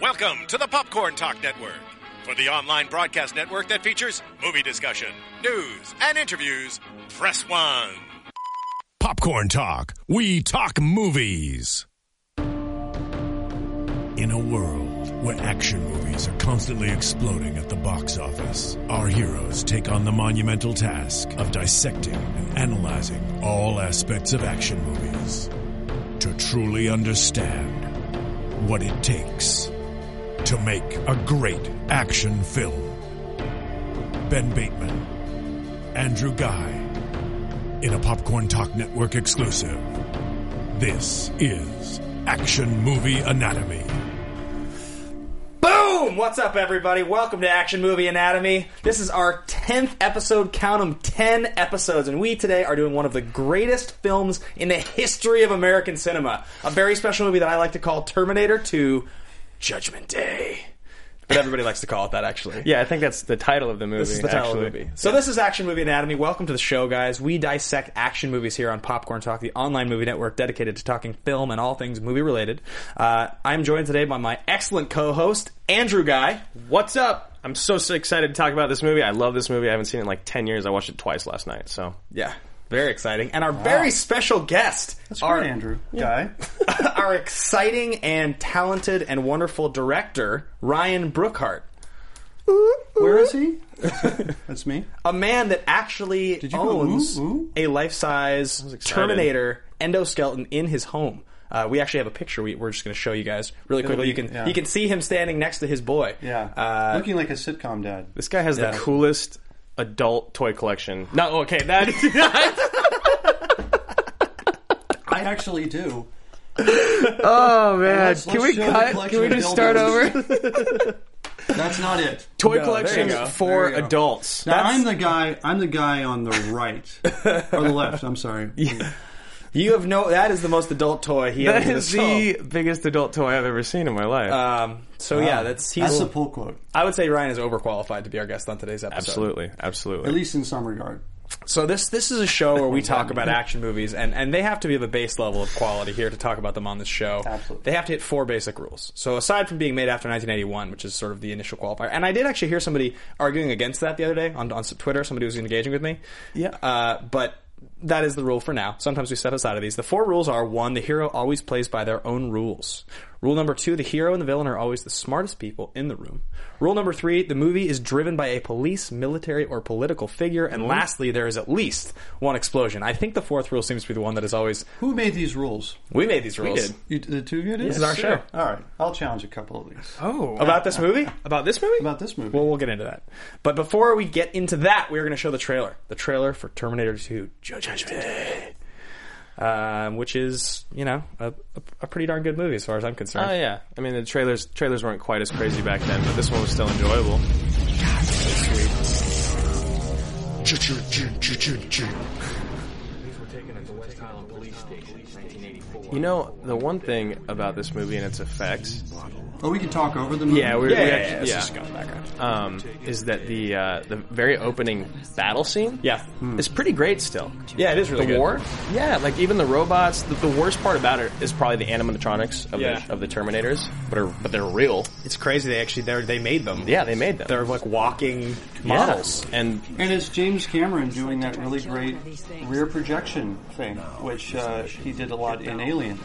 Welcome to the Popcorn Talk Network, for the online broadcast network that features movie discussion, news, and interviews. Press one. Popcorn Talk. We talk movies. In a world where action movies are constantly exploding at the box office, our heroes take on the monumental task of dissecting and analyzing all aspects of action movies to truly understand what it takes to make a great action film. Ben Bateman, Andrew Guy, in a Popcorn Talk Network exclusive. This is Action Movie Anatomy. Boom! What's up, everybody? Welcome to Action Movie Anatomy. This is our 10th episode, count 'em, 10 episodes, and we today are doing one of the greatest films in the history of American cinema. A very special movie that I like to call Terminator 2 Judgment Day. But everybody likes to call it that, actually. Yeah, I think that's the title of the movie. This is the title of the actually. movie. So this is Action Movie Anatomy. Welcome to the show, guys. We dissect action movies here on Popcorn Talk, the online movie network dedicated to talking film and all things movie related. Uh, I'm joined today by my excellent co-host Andrew Guy. What's up? I'm so, so excited to talk about this movie. I love this movie. I haven't seen it in like 10 years. I watched it twice last night, so. Yeah, very exciting. And our very special guest, our, Andrew guy. our exciting and talented and wonderful director Ryan Brookhart, Where is he? That's me. a man that actually you go owns ooh, ooh? a life-size excited. Terminator endoskeleton in his home. Uh, we actually have a picture. We, we're just going to show you guys really quickly. be- you can yeah. you can see him standing next to his boy. Yeah, Uh, looking like a sitcom dad. This guy has Yeah. the coolest adult toy collection. No, okay, that. I actually do. Oh man, let's- can let's we show the cut? collection Can we of just start dildos. over? That's not it. No, toy there you go. collection for There you go. adults. Now, I'm the guy. I'm the guy on the right or the left. I'm sorry. you have no. That is the most adult toy he That owns in is his home. the biggest adult toy I've ever seen in my life. Um, so yeah, that's he's. That's the pull quote, I would say Ryan is overqualified to be our guest on today's episode. absolutely, at absolutely. least in some regard. So this this is a show where we talk about action movies, and, and they have to be of a base level of quality here to talk about them on this show. Absolutely. they have to hit four basic rules. So aside from being made after 1981, which is sort of the initial qualifier, and I did actually hear somebody arguing against that the other day on on Twitter. Somebody was engaging with me. Yeah. uh, but. That is the rule for now. Sometimes we step aside of these. The four rules are one, the hero always plays by their own rules. Rule number two, the hero and the villain are always the smartest people in the room. Rule number three, the movie is driven by a police, military, or political figure. And Mm-hmm. lastly, there is at least one explosion. I think the fourth rule seems to be the one that is always, Who made these rules? we made these rules. did. You, the two of you did. This is our show. All right, I'll challenge a couple of these oh, About this movie? about this movie? about this movie. Well, we'll get into that. But before we get into that, we're going to show the trailer. The trailer for Terminator 2 Judgment Day. Um, which is, you know, a, a, a pretty darn good movie as far as I'm concerned. Oh yeah. I mean, the trailers trailers weren't quite as crazy back then, but this one was still enjoyable. You know, the one thing about this movie and its effects, oh, we can talk over the movie. Oh, yeah, we, Yeah, we yeah, actually- yeah, it's yeah. just got the background. um, is that the uh, the very opening battle scene? Yeah. is pretty great still. Yeah, it is really Hmm. the good. war. Yeah, like even the robots. The, the worst part about it is probably the animatronics of Yeah. the of the Terminators, but are, but they're real. It's crazy. They actually they they made them. Yeah, they made them. They're like walking models. Yeah. and And it's James Cameron doing that really great rear projection thing, which uh, he did a lot in Aliens,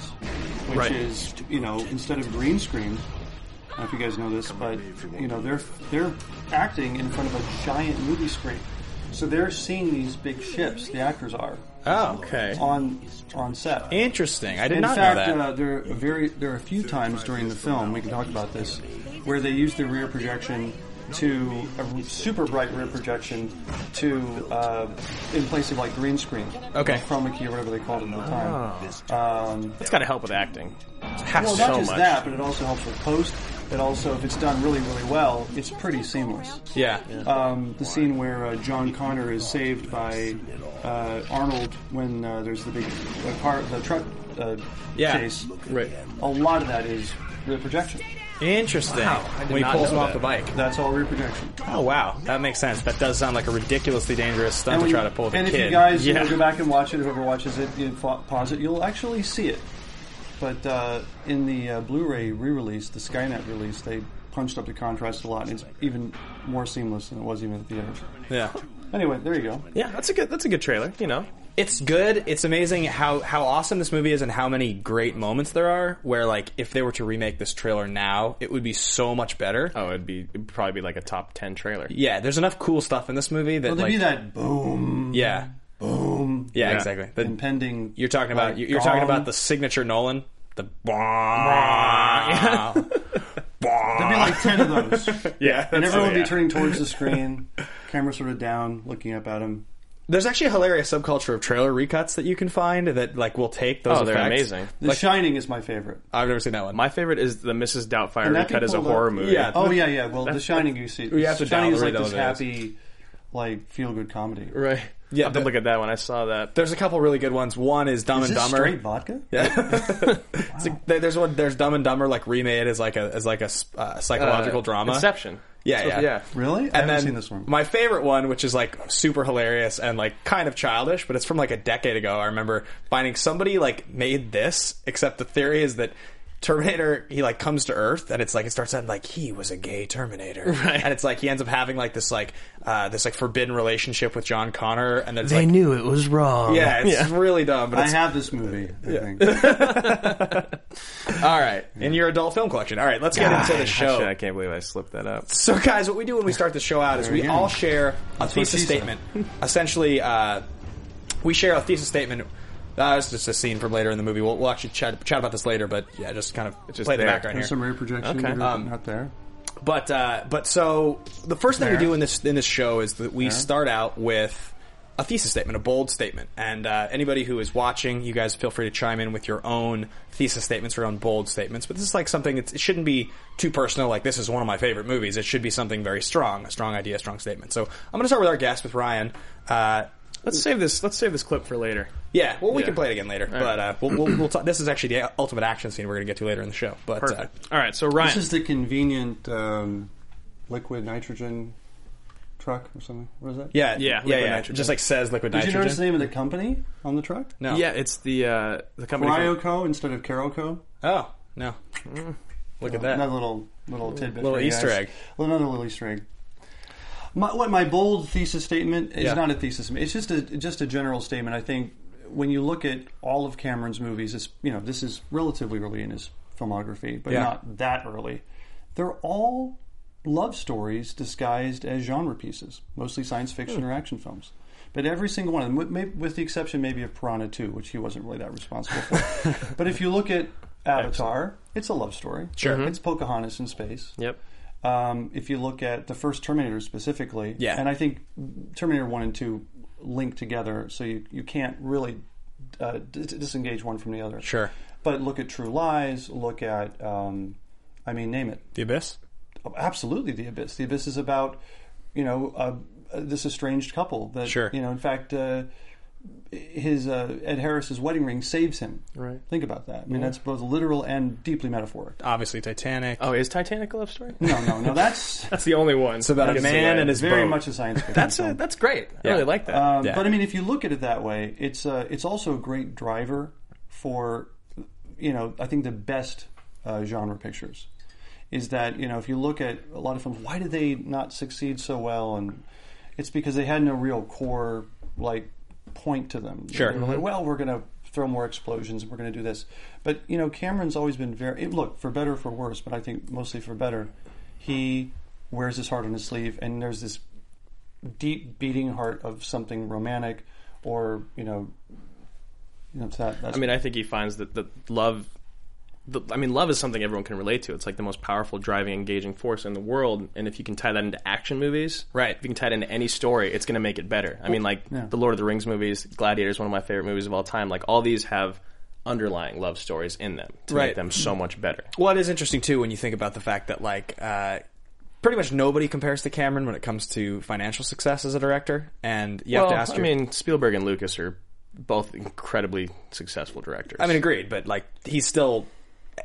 which Right. is you know instead of green screen. I don't know if you guys know this, but you know they're they're acting in front of a giant movie screen, so they're seeing these big ships. The actors are Oh, okay. on on set. interesting. I did In not fact, know that. Uh, there are very there are a few times during the film we can talk about this where they use the rear projection to a super bright rear projection to uh, in place of like green screen, Okay. Oh. chroma key or whatever they called it at the time. That's got to help with acting. Well, not so just much. that, but it also helps with post. It also, if it's done really really well, it's pretty seamless. yeah. Um, the scene where uh, John Connor is saved by uh, Arnold when uh, there's the big the car the truck uh, Yeah. chase. Right. A lot of that is rear projection. Interesting. when he not pulls know him off the that. bike. That's all rear projection. Oh wow, that makes sense. That does sound like a ridiculously dangerous stunt to try to pull the and kid. if you guys you yeah. know, go back and watch it, whoever watches it, you fa- pause it, you'll actually see it. But uh, in the uh, Blu-ray re-release, the Skynet release, they punched up the contrast a lot, and it's even more seamless than it was even at the theaters. Yeah. Anyway, there you go. Yeah, that's a good that's a good trailer. You know, It's good. It's amazing how, how awesome this movie is and how many great moments there are where like if they were to remake this trailer now, it would be so much better. oh, it'd be it'd probably be like a top ten trailer. Yeah, there's enough cool stuff in this movie that Well, there'd like be that boom, yeah. boom, Yeah, exactly. The- impending. you're talking about like, you're talking gong. about the signature Nolan, the bah, There'd be like ten of those, Yeah, and that's- everyone would yeah. be turning towards the screen, camera sort of down, looking up at him. There's actually a hilarious subculture of trailer recuts that you can find that like will take those. Oh, they're effects. amazing. The Shining is my favorite. I've never seen that one. My favorite is the Mrs. Doubtfire And that recut can as a pull up- horror movie. Yeah. Oh yeah, yeah. Well, The Shining you see. have to Shining is like download this those. happy, like feel good comedy. right. Yeah, Yeah, I have to the- look at that one. I saw that. there's a couple really good ones. One is Dumb Is and this Dumber. straight vodka? It's like- there- there's one. There's Dumb and Dumber like remade as like a as like a s- uh, psychological Uh, drama. Inception. Yeah, So- yeah, yeah. Really? I And haven't then seen this one. my favorite one, which is like super hilarious and like kind of childish, but it's from like a decade ago. I remember finding somebody like made this, except the theory is that Terminator he like comes to Earth and it's like it starts out like he was a gay Terminator, and it's like he ends up having like this like uh, this like forbidden relationship with John Connor, and it's like knew it was wrong. yeah, it's really dumb. But I it's, have this movie. I think. all right, in your adult film collection. All right, let's get into Ah, the show. Actually, I can't believe I slipped that up. So, guys, what we do when we start the show out is we Very good. all share a thesis she said. statement. Essentially, uh, we share a thesis statement. Uh, it's just a scene from later in the movie. We'll, we'll actually chat, chat about this later, but yeah, just kind of just play the there. background There's here. some rear projection. Okay. Okay. Um, not there. But uh, but so the first thing we There. do in this in this show is that we start out with a thesis statement, a bold statement, and uh, anybody who is watching, you guys feel free to chime in with your own thesis statements, your own bold statements. But this is like something that's, it shouldn't be too personal. Like this is one of my favorite movies. It should be something very strong, a strong idea, a strong statement. So I'm going to start with our guest, with Ryan. Uh, Let's save this. Let's save this clip for later. yeah, well, we Yeah. can play it again later, but uh, we'll, we'll, we'll talk, this is actually the ultimate action scene we're going to get to later in the show. But uh, Perfect. All right. So Ryan, This is the convenient um, liquid nitrogen truck or something. What is that? yeah, Yeah, yeah, yeah, liquid yeah. nitrogen. just like says liquid Did you nitrogen. notice the name of the company on the truck? no, yeah, it's the uh, the company. from- Ryoco instead of Caroco. Oh no! Mm. Look at that. Another little little tidbit. Little for you Easter guys. egg. Well, another little Easter egg. My, what my bold thesis statement is Yeah. not a thesis. It's just a just a general statement. I think when you look at all of Cameron's movies, it's you know this is relatively early in his filmography, but Yeah. not that early. They're all love stories disguised as genre pieces, mostly science fiction or action films. But every single one of them, with, may- with the exception maybe of Piranha 2, which he wasn't really that responsible for. but if you look at Avatar, it's a love story. Sure. It's Pocahontas in space. Yep. Um, if you look at the first Terminator specifically, Yeah. and I think Terminator 1 and 2 link together, so you, you can't really uh, dis- disengage one from the other. Sure. But look at True Lies, look at, um, I mean, name it. The abyss. Absolutely, The Abyss. The Abyss is about, you know, uh, this estranged couple that, Sure. you know, in fact, uh, his uh, Ed Harris's wedding ring saves him. Right. Think about that. I mean, that's both literal and deeply metaphoric. Obviously, Titanic. Oh, is Titanic a love story? No, no, no. That's That's the only one. It's about a man and Uh, his very boat. much a science fiction. That's film. a, that's great. I really like that. Um, Yeah. But I mean, if you look at it that way, it's uh, it's also a great driver for you know I think the best uh, genre pictures is that you know if you look at a lot of films, why did they not succeed so well? And it's because they had no real core like point to them. Sure. Mm-hmm. They were like, well, we're gonna throw more explosions and we're gonna do this. But you know, Cameron's always been very eh, look for better or for worse, but I think mostly for better. He wears his heart on his sleeve, and there's this deep beating heart of something romantic or you know you know, it's that, that's I mean, I think he finds that the love. The, I mean, love is something everyone can relate to. It's like the most powerful, driving, engaging force in the world. And if you can tie that into action movies, Right. If you can tie it into any story, it's going to make it better. I mean, like the Lord of the Rings movies, Gladiator is one of my favorite movies of all time. Like all these have underlying love stories in them to Right. make them so much better. Well, it is interesting too when you think about the fact that like uh, pretty much nobody compares to Cameron when it comes to financial success as a director, and you have to ask. I your- mean, Spielberg and Lucas are both incredibly successful directors. I mean, agreed, but like he's still.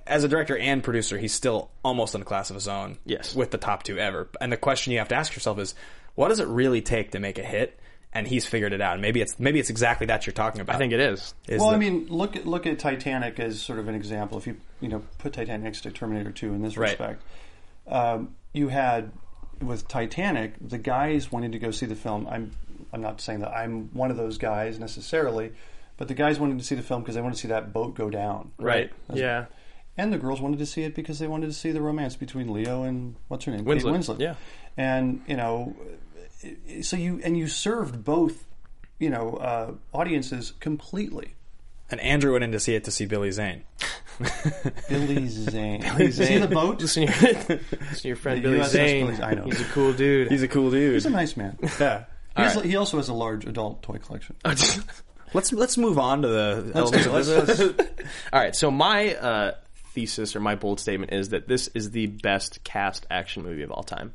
As a director and producer, he's still almost in a class of his own. Yes. With the top two ever. And the question you have to ask yourself is what does it really take to make a hit? and he's figured it out. And maybe it's maybe it's exactly that you're talking about. I think it is. Is well, that- I mean, look at look at Titanic as sort of an example. If you you know put Titanic next to Terminator Two in this Right. respect, um, you had with Titanic the guys wanted to go see the film. I'm I'm not saying that I'm one of those guys necessarily, but the guys wanted to see the film because they wanted to see that boat go down, Right. Yeah. and the girls wanted to see it because they wanted to see the romance between Leo and what's her name, Kate Winslet, Winslet. yeah. and you know, so you and you served both, you know, uh, audiences completely. and Andrew went in to see it to see Billy Zane. Billy Zane. Billy See the boat? Listen to your, listen to your friend The Billy USS Zane. Billy- I know. He's a cool dude. He's a cool dude. He's a nice man. He, yeah. has- he also has a large adult toy collection. Let's let's move on to the elements of let's- this. All right. So my uh, thesis or my bold statement is that this is the best cast action movie of all time.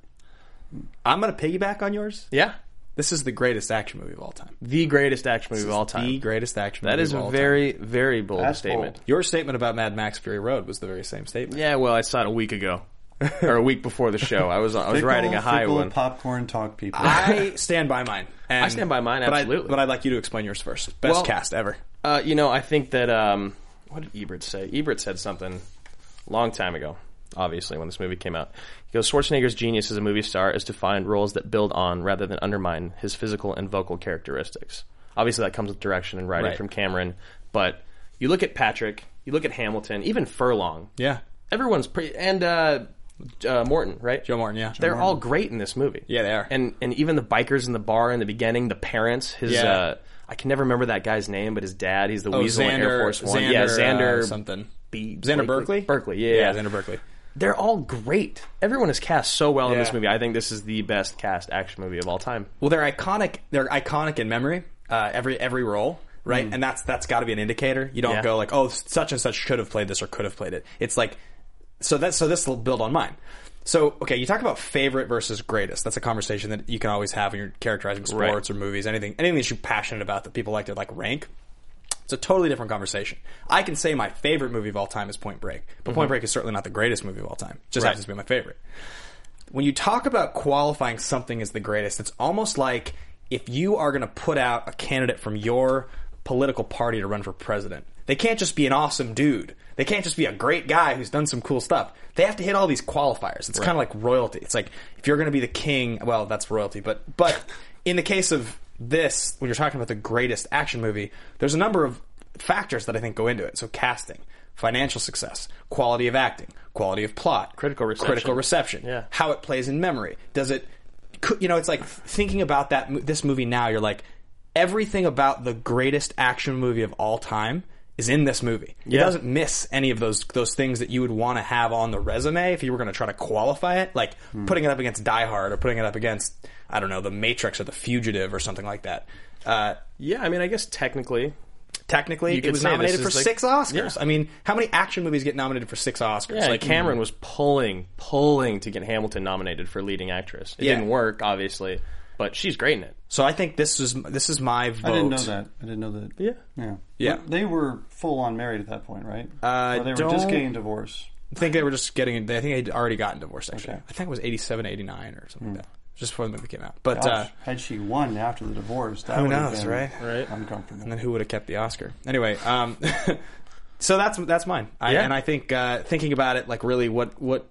I'm going to piggyback on yours. Yeah. This is the greatest action movie of all time. The greatest action movie of all time. The greatest action that movie is of all a time. very, very bold That's statement. bold. Your statement about Mad Max Fury Road was the very same statement. Yeah. Well, I saw it a week ago, or a week before the show. I was I was Fickle, riding a high fickle one. Popcorn talk people. I stand by mine. And- I stand by mine, but I- absolutely. But I'd like you to explain yours first. Best Well- cast ever. Uh, you know, I think that um, what did Ebert say? Ebert said something a long time ago. Obviously, when this movie came out, he goes, "Schwarzenegger's genius as a movie star is to find roles that build on rather than undermine his physical and vocal characteristics." Obviously, that comes with direction and writing Right. from Cameron, but you look at Patrick, you look at Hamilton, even Furlong. Yeah. everyone's pretty, and uh, uh, Morton, right? Joe Martin, yeah. They're all great in this movie. Yeah, they are. And and even the bikers in the bar in the beginning, the parents, his Yeah. uh I can never remember that guy's name, but his dad, he's the Oh, weasel in Air Xander- Force One. Xander, yeah, uh, Xander something. B- Xander Berkeley? Berkeley, yeah, Yeah, Xander Berkeley. They're all great. Everyone is cast so well in this Yeah. movie. I think this is the best cast action movie of all time. Well, they're iconic. They're iconic in memory. Uh, every every role, right? And that's that's got to be an indicator. You don't Hmm. Yeah. go like, oh, such and such should have played this or could have played it. It's like, so that so this will build on mine. So okay, you talk about favorite versus greatest. That's a conversation that you can always have when you're characterizing Right. sports or movies, anything anything that you're passionate about that people like to like rank. It's a totally different conversation. I can say my favorite movie of all time is Point Break, but Point Break is certainly not the greatest movie of all time. It just Mm-hmm. Right. happens to be my favorite when you talk about qualifying something as the greatest, it's almost like if you are going to put out a candidate from your political party to run for president, they can't just be an awesome dude. They can't just be a great guy who's done some cool stuff. They have to hit all these qualifiers. It's kind of like royalty. It's like if you're going to be the king, well, that's royalty, but but in the case of this, when you're talking about the greatest action movie, there's a number of factors that I think go into it. So casting, financial success, quality of acting, quality of plot, Critical reception. critical reception, Yeah. how it plays in memory. Does it, could- you know, it's like thinking about that mo- this movie now. You're like, everything about the greatest action movie of all time is in this movie. It Yeah. doesn't miss any of those those things that you would want to have on the resume if you were going to try to qualify it, like Hmm. putting it up against Die Hard or putting it up against I don't know, The Matrix or The Fugitive or something like that. Uh, Yeah, I mean I guess technically technically, You it could was say this nominated for is like- six Oscars. Yeah. I mean, how many action movies get nominated for six Oscars? Yeah, like Cameron was pulling, pulling to get Hamilton nominated for leading actress. It Yeah. didn't work, obviously, but she's great in it. So I think this is this is my vote. I didn't know that. I didn't know that. Yeah. Yeah. Yeah. But they were full on married at that point, right? Uh, or they were don't- just getting divorced. I think they were just getting. I think they'd already gotten divorced. Actually, I think it was 87, 89 or something like that. Just before the movie came out. But uh, Gosh, had she won after the divorce, that Who would have knows, been right? Right. uncomfortable. and then who would have kept the Oscar anyway? Um, so that's that's mine. I, Yeah. And I think uh, thinking about it, like really, what what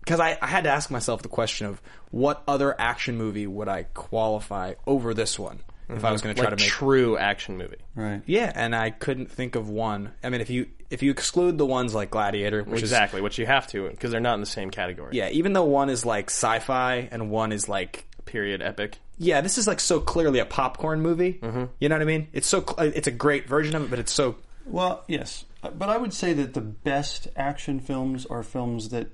because I, I had to ask myself the question of what other action movie would I qualify over this one if I was going to try Like to make true action movie. Right. Yeah, and I couldn't think of one. I mean, if you if you exclude the ones like Gladiator, which is Exactly, which you have to because they're not in the same category. yeah, even though one is like sci-fi and one is like Period. Epic. yeah, this is like so clearly a popcorn movie. Mm-hmm. You know what I mean? It's so cl- it's a great version of it, but it's so Well, yes, Uh, but I would say that the best action films are films that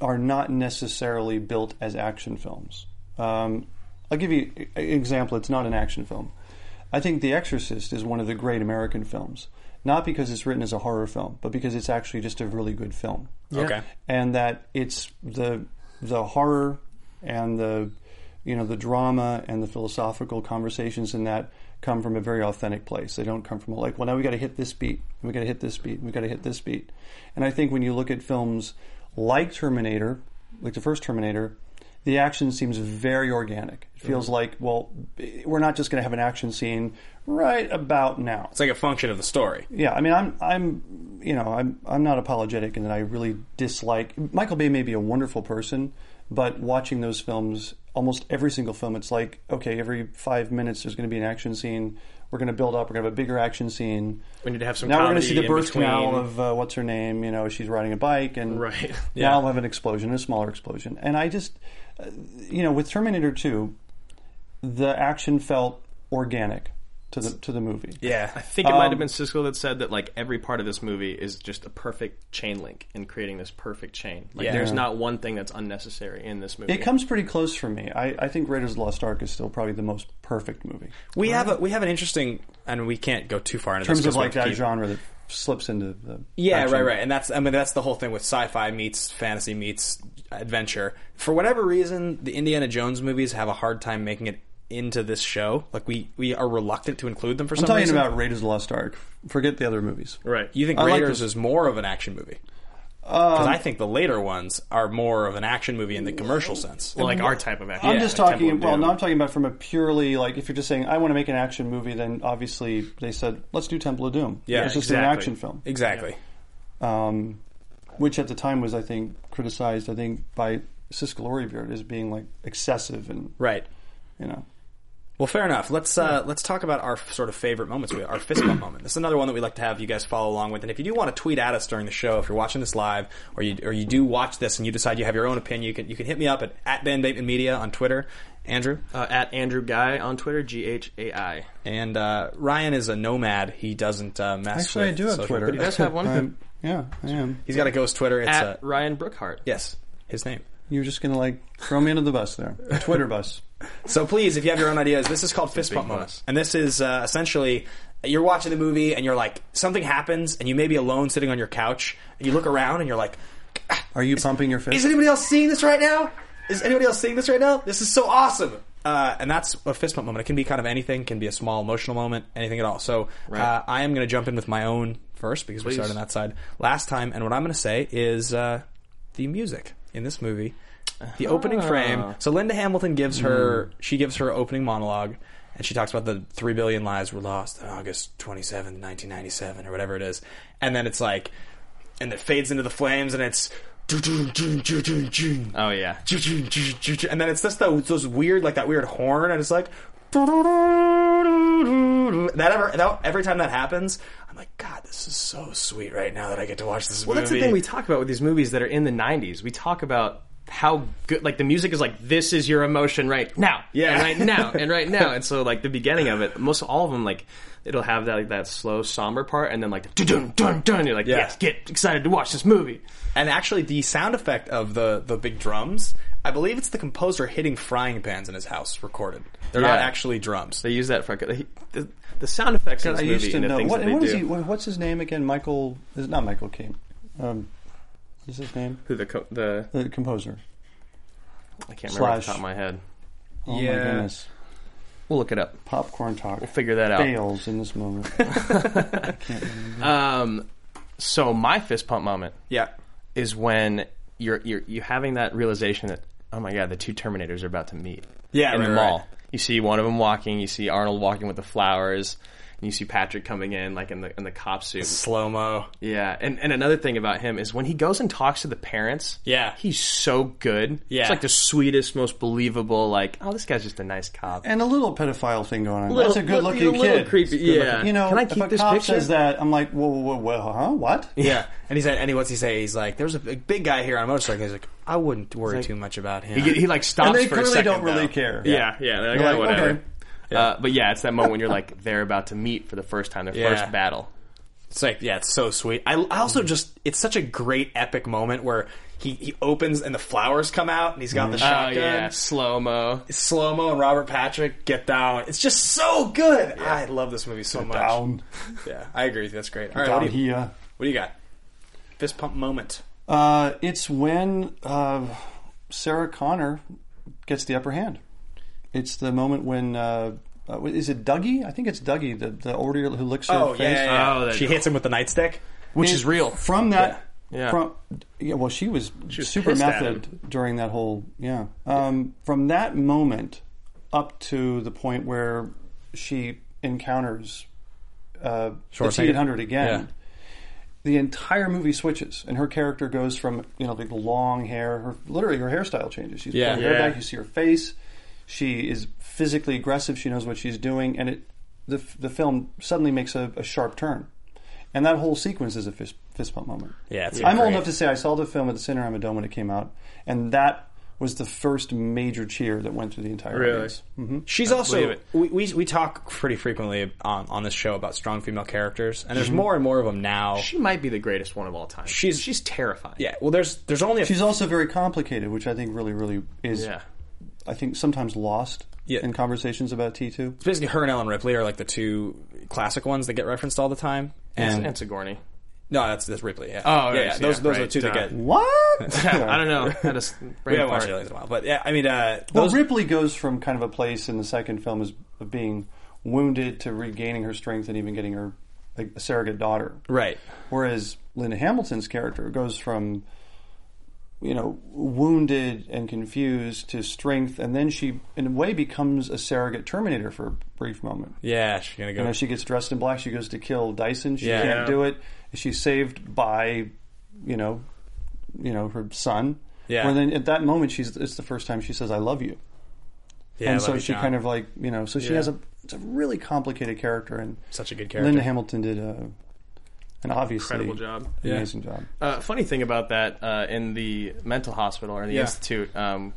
are not necessarily built as action films. Um, I'll give you a- an example. It's not an action film. I think The Exorcist is one of the great American films, not because it's written as a horror film, but because it's actually just a really good film okay. and that it's the the horror and the you know the drama and the philosophical conversations in that come from a very authentic place. They don't come from like, well, now we got to hit this beat, and we got to hit this beat, and we got to hit this beat. And I think when you look at films like Terminator, like the first Terminator, the action seems very organic. It feels like, well, we're not just going to have an action scene right about now. It's like a function of the story. Yeah, I mean, I'm, I'm, you know, I'm, I'm not apologetic in that I really dislike. Michael Bay may be a wonderful person, but watching those films, almost every single film, it's like, okay, every five minutes there's going to be an action scene. We're going to build up. We're going to have a bigger action scene. We need to have some Now we're going to comedy see the in birth between. canal of uh, what's her name. You know, she's riding a bike, and Right. now I'll have an explosion, a smaller explosion. And I just, uh, you know, with Terminator Two, the action felt organic to the to the movie. Yeah. I think it might um, have been Siskel that said that like every part of this movie is just a perfect chain link in creating this perfect chain. Like Yeah. there's not one thing that's unnecessary in this movie. It comes pretty close for me. I, I think Raiders of the Lost Ark is still probably the most perfect movie We have a we have an interesting, and we can't go too far into in terms this of 'cause we like have that to keep- genre that slips into the Yeah, action. right, right, and that's I mean that's the whole thing with sci-fi meets fantasy meets adventure. For whatever reason, the Indiana Jones movies have a hard time making it into this show. Like we we are reluctant to include them for I'm some talking reason. about Raiders of the Lost Ark. Forget the other movies. right. you think I like Um, Raiders this- is more of an action movie? Because I think the later ones are more of an action movie in the commercial sense. Well, like our type of action. I'm Yeah, just Temple of talking. Well, Doom. no, I'm talking about from a purely like if you're just saying I want to make an action movie, then obviously they said let's do Temple of Doom. Yeah, it's just an exactly. action film, exactly. um, which at the time was I think criticized I think by Siskel or Ebert as being like excessive and Right. you know Well, fair enough. Let's uh, let's talk about our f- sort of favorite moments, we- our fist bump moment. This is another one that we like to have you guys follow along with. And if you do want to tweet at us during the show, if you're watching this live, or you or you do watch this and you decide you have your own opinion, you can you can hit me up at, at Ben Bateman Media on Twitter, Andrew, uh, at Andrew Guy on Twitter, G H A I. and uh, Ryan is a nomad. He doesn't uh, mess. actually I with do have social- Twitter. But he does have one. I'm- yeah, I am. He's got a ghost Twitter. It's uh, At Ryan Brookhart. yes, his name. You're just gonna like throw me under the bus there, Twitter bus. So please, if you have your own ideas, this is called fist big bump mess. moments, and this is uh, essentially you're watching the movie and you're like something happens, and you may be alone sitting on your couch, and you look around and you're like, Are you pumping your fist? is anybody else seeing this right now? Is anybody else seeing this right now? This is so awesome. Uh, and that's a fist bump moment. It can be kind of anything. Can be a small emotional moment, anything at all. So uh, I am going to jump in with my own first because we started on that side last time. And what I'm going to say is uh, the music in this movie, the opening Ah. frame. So Linda Hamilton gives Hmm. her she gives her opening monologue, and she talks about the three billion lives were lost on August 27th, 1997, or whatever it is. And then it's like, and it fades into the flames, and it's. Oh yeah. And then it's just those, those weird, like that weird horn, and it's like that ever that, every time that happens, I'm like, God, this is so sweet right now that I get to watch this Well, movie. that's the thing we talk about with these movies that are in the '90s. We talk about how good, like the music is like this is your emotion right now, Yeah. and right now, and right now, and so like the beginning of it, most all of them like it'll have that like that slow somber part, and then like dun dun dun dun, you're like Yeah. yes, get excited to watch this movie. and actually, the sound effect of the the big drums, I believe it's the composer hitting frying pans in his house recorded. They're not Yeah. actually drums. They use that for the, the, the sound effects in this I movie used to and the know things what, that they what is do. he? What, what's his name again? Michael is not Michael Caine. Um, is his name Who the co- the the composer? I can't remember off the Slash. top of my head. Oh Yeah. my goodness! We'll look it up. Popcorn talk. We'll Figure that out. Fails in this moment. Um, so my fist pump moment Yeah, is when you're you're you having that realization that oh my god, the two Terminators are about to meet. Yeah, in right, the right. mall. You see one of them walking. You see Arnold walking with the flowers. And you see Patrick coming in like in the in the cop suit. slow mo. Yeah, and and another thing about him is when he goes and talks to the parents. Yeah. he's so good. Yeah. it's like the sweetest, most believable. Like, oh, this guy's just a nice cop. and a little pedophile thing going on. Little- That's a good little- looking a little kid. creepy, It's good yeah. looking. You know, Can I if keep a this cop picture? says that, I'm like, whoa, whoa, whoa, whoa huh? What? Yeah, and he said, and he, what's he say? He's like, there's a big big guy here on a motorcycle. He's like, I wouldn't worry too much about him. He, get- he like stops And they for a clearly second. don't really though. care. Yeah, yeah. They're like, They're "Oh, like, whatever. okay. Uh, but yeah, it's that moment when you're like they're about to meet for the first time, their Yeah. first battle. It's like, yeah, it's so sweet. I, I also just, it's such a great epic moment where he, he opens and the flowers come out and he's got the Oh shotgun. yeah, slow mo. Slow mo and Robert Patrick get down. It's just so good. I love this movie so much. Down, Yeah, I agree with you. That's great. All right, what down do, you, here. what do you got? Fist pump moment. Uh, it's when uh, Sarah Connor gets the upper hand. It's the moment when uh, uh, is it Dougie? I think it's Dougie, the the order who licks her Oh, face. yeah, yeah, yeah. Oh, that- she hits him with the nightstick. Which is real. From that, Yeah. From, yeah, well, she was, was super pissed at method during that whole yeah. Um, from that moment up to the point where she encounters uh, the Schwarzenegger. T eight hundred again, Yeah. the entire movie switches, and her character goes from you know like the long hair, her literally her hairstyle changes. She's Yeah. pulling her hair Yeah. back. You see her face. She is physically aggressive. She knows what she's doing, and it the the film suddenly makes a, a sharp turn, and that whole sequence is a fist, fist pump moment. Yeah, it's I'm old great. enough to say I saw the film at the Cinerama Dome when it came out, and that was the first major cheer that went through the entire Really? audience. hmm She's believe also it. we, we we talk pretty frequently on on this show about strong female characters, and Mm-hmm. there's more and more of them now. She might be the greatest one of all time. She's- she's terrifying. yeah, well, there's there's only a She's also very complicated, which I think really, really is, Yeah. I think, sometimes lost Yeah. in conversations about T2. it's basically her and Ellen Ripley are like the two classic ones that get referenced all the time. And And, and Sigourney. no, that's that's Ripley. Yeah. Oh, yeah, right, yeah. so Those yeah, those are the right, two that duh. get. What? I don't know. That is We haven't watched it in a while, but yeah, I mean, uh, Well, those- Ripley goes from kind of a place in the second film as of being wounded to regaining her strength and even getting her like, a surrogate daughter. right. Whereas Linda Hamilton's character goes from, you know, wounded and confused to strength, and then she, in a way, becomes a surrogate Terminator for a brief moment. Yeah, she's gonna go. You know, she gets dressed in black. She goes to kill Dyson. She Yeah. can't Yeah. do it. She's saved by, you know, you know her son. Yeah. And then at that moment, she's it's the first time she says, "I love you." yeah, and I so love you, she John. kind of like you know, so she Yeah. has a it's a really complicated character, and such a good character. Linda Hamilton did a, an obviously incredible job. amazing job. Uh, funny thing about that uh, in the mental hospital or in the Yeah. institute. Um,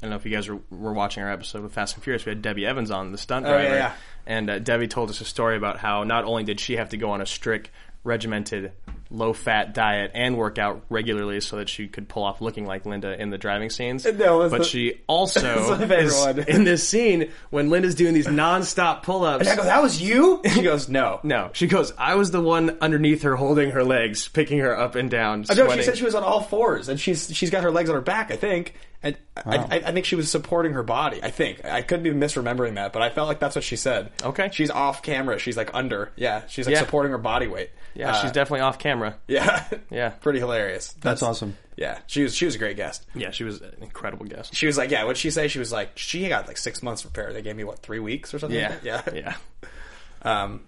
I don't know if you guys were, were watching our episode with Fast and Furious. We had Debbie Evans on, the stunt Oh, yeah, driver, yeah. and uh, Debbie told us a story about how not only did she have to go on a strict, regimented, low-fat diet and work out regularly so that she could pull off looking like Linda in the driving scenes, No, that's but the- she also that's my favorite is one. in this scene when Linda's doing these non-stop pull-ups. I go, that was you. She goes, no, No, she goes. I was the one underneath her, holding her legs, picking her up and down. No, she sweating." said she was on all fours, and she's she's got her legs on her back, I think, and I I, I think she was supporting her body. I think I could be misremembering that, but I felt like that's what she said. Okay. she's off camera. She's like under. Yeah, she's like Yeah. supporting her body weight. Yeah, Uh, she's definitely off camera. yeah, Yeah. pretty hilarious. That's awesome. Yeah, she was she was a great guest. Yeah, she was an incredible guest. She was like, yeah, what'd she say? She was like, she got like six months repair. They gave me what three weeks or something. Yeah, like that? yeah, yeah. Um,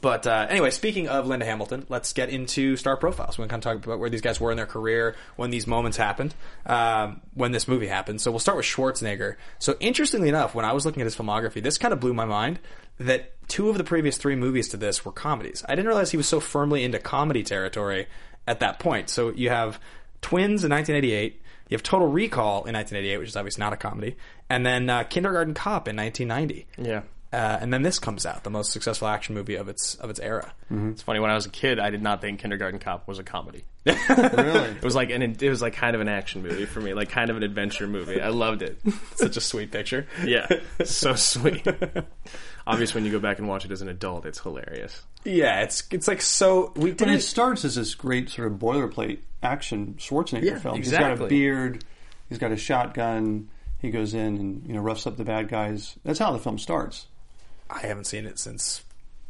but uh, anyway, speaking of Linda Hamilton, let's get into star profiles. We're going to kind of talk about where these guys were in their career, when these moments happened, um, when this movie happened. So we'll start with Schwarzenegger. So interestingly enough, when I was looking at his filmography, this kind of blew my mind that two of the previous three movies to this were comedies. I didn't realize he was so firmly into comedy territory at that point. So you have Twins in 1988. You have Total Recall in 1988, which is obviously not a comedy, and then uh, Kindergarten Cop in 1990. Yeah. Uh, and then this comes out, the most successful action movie of its of its era. It's funny. When I was a kid, I did not think Kindergarten Cop was a comedy. It was like an it was like kind of an action movie for me, like kind of an adventure movie. I loved it. Such a sweet picture. Yeah, so sweet. Obviously, when you go back and watch it as an adult, it's hilarious. Yeah, it's it's like so we And it didn't. starts as this great sort of boilerplate action Schwarzenegger Yeah, film. He's got exactly. a beard, he's got a shotgun. He goes in and you know roughs up the bad guys. That's how the film starts. I haven't seen it since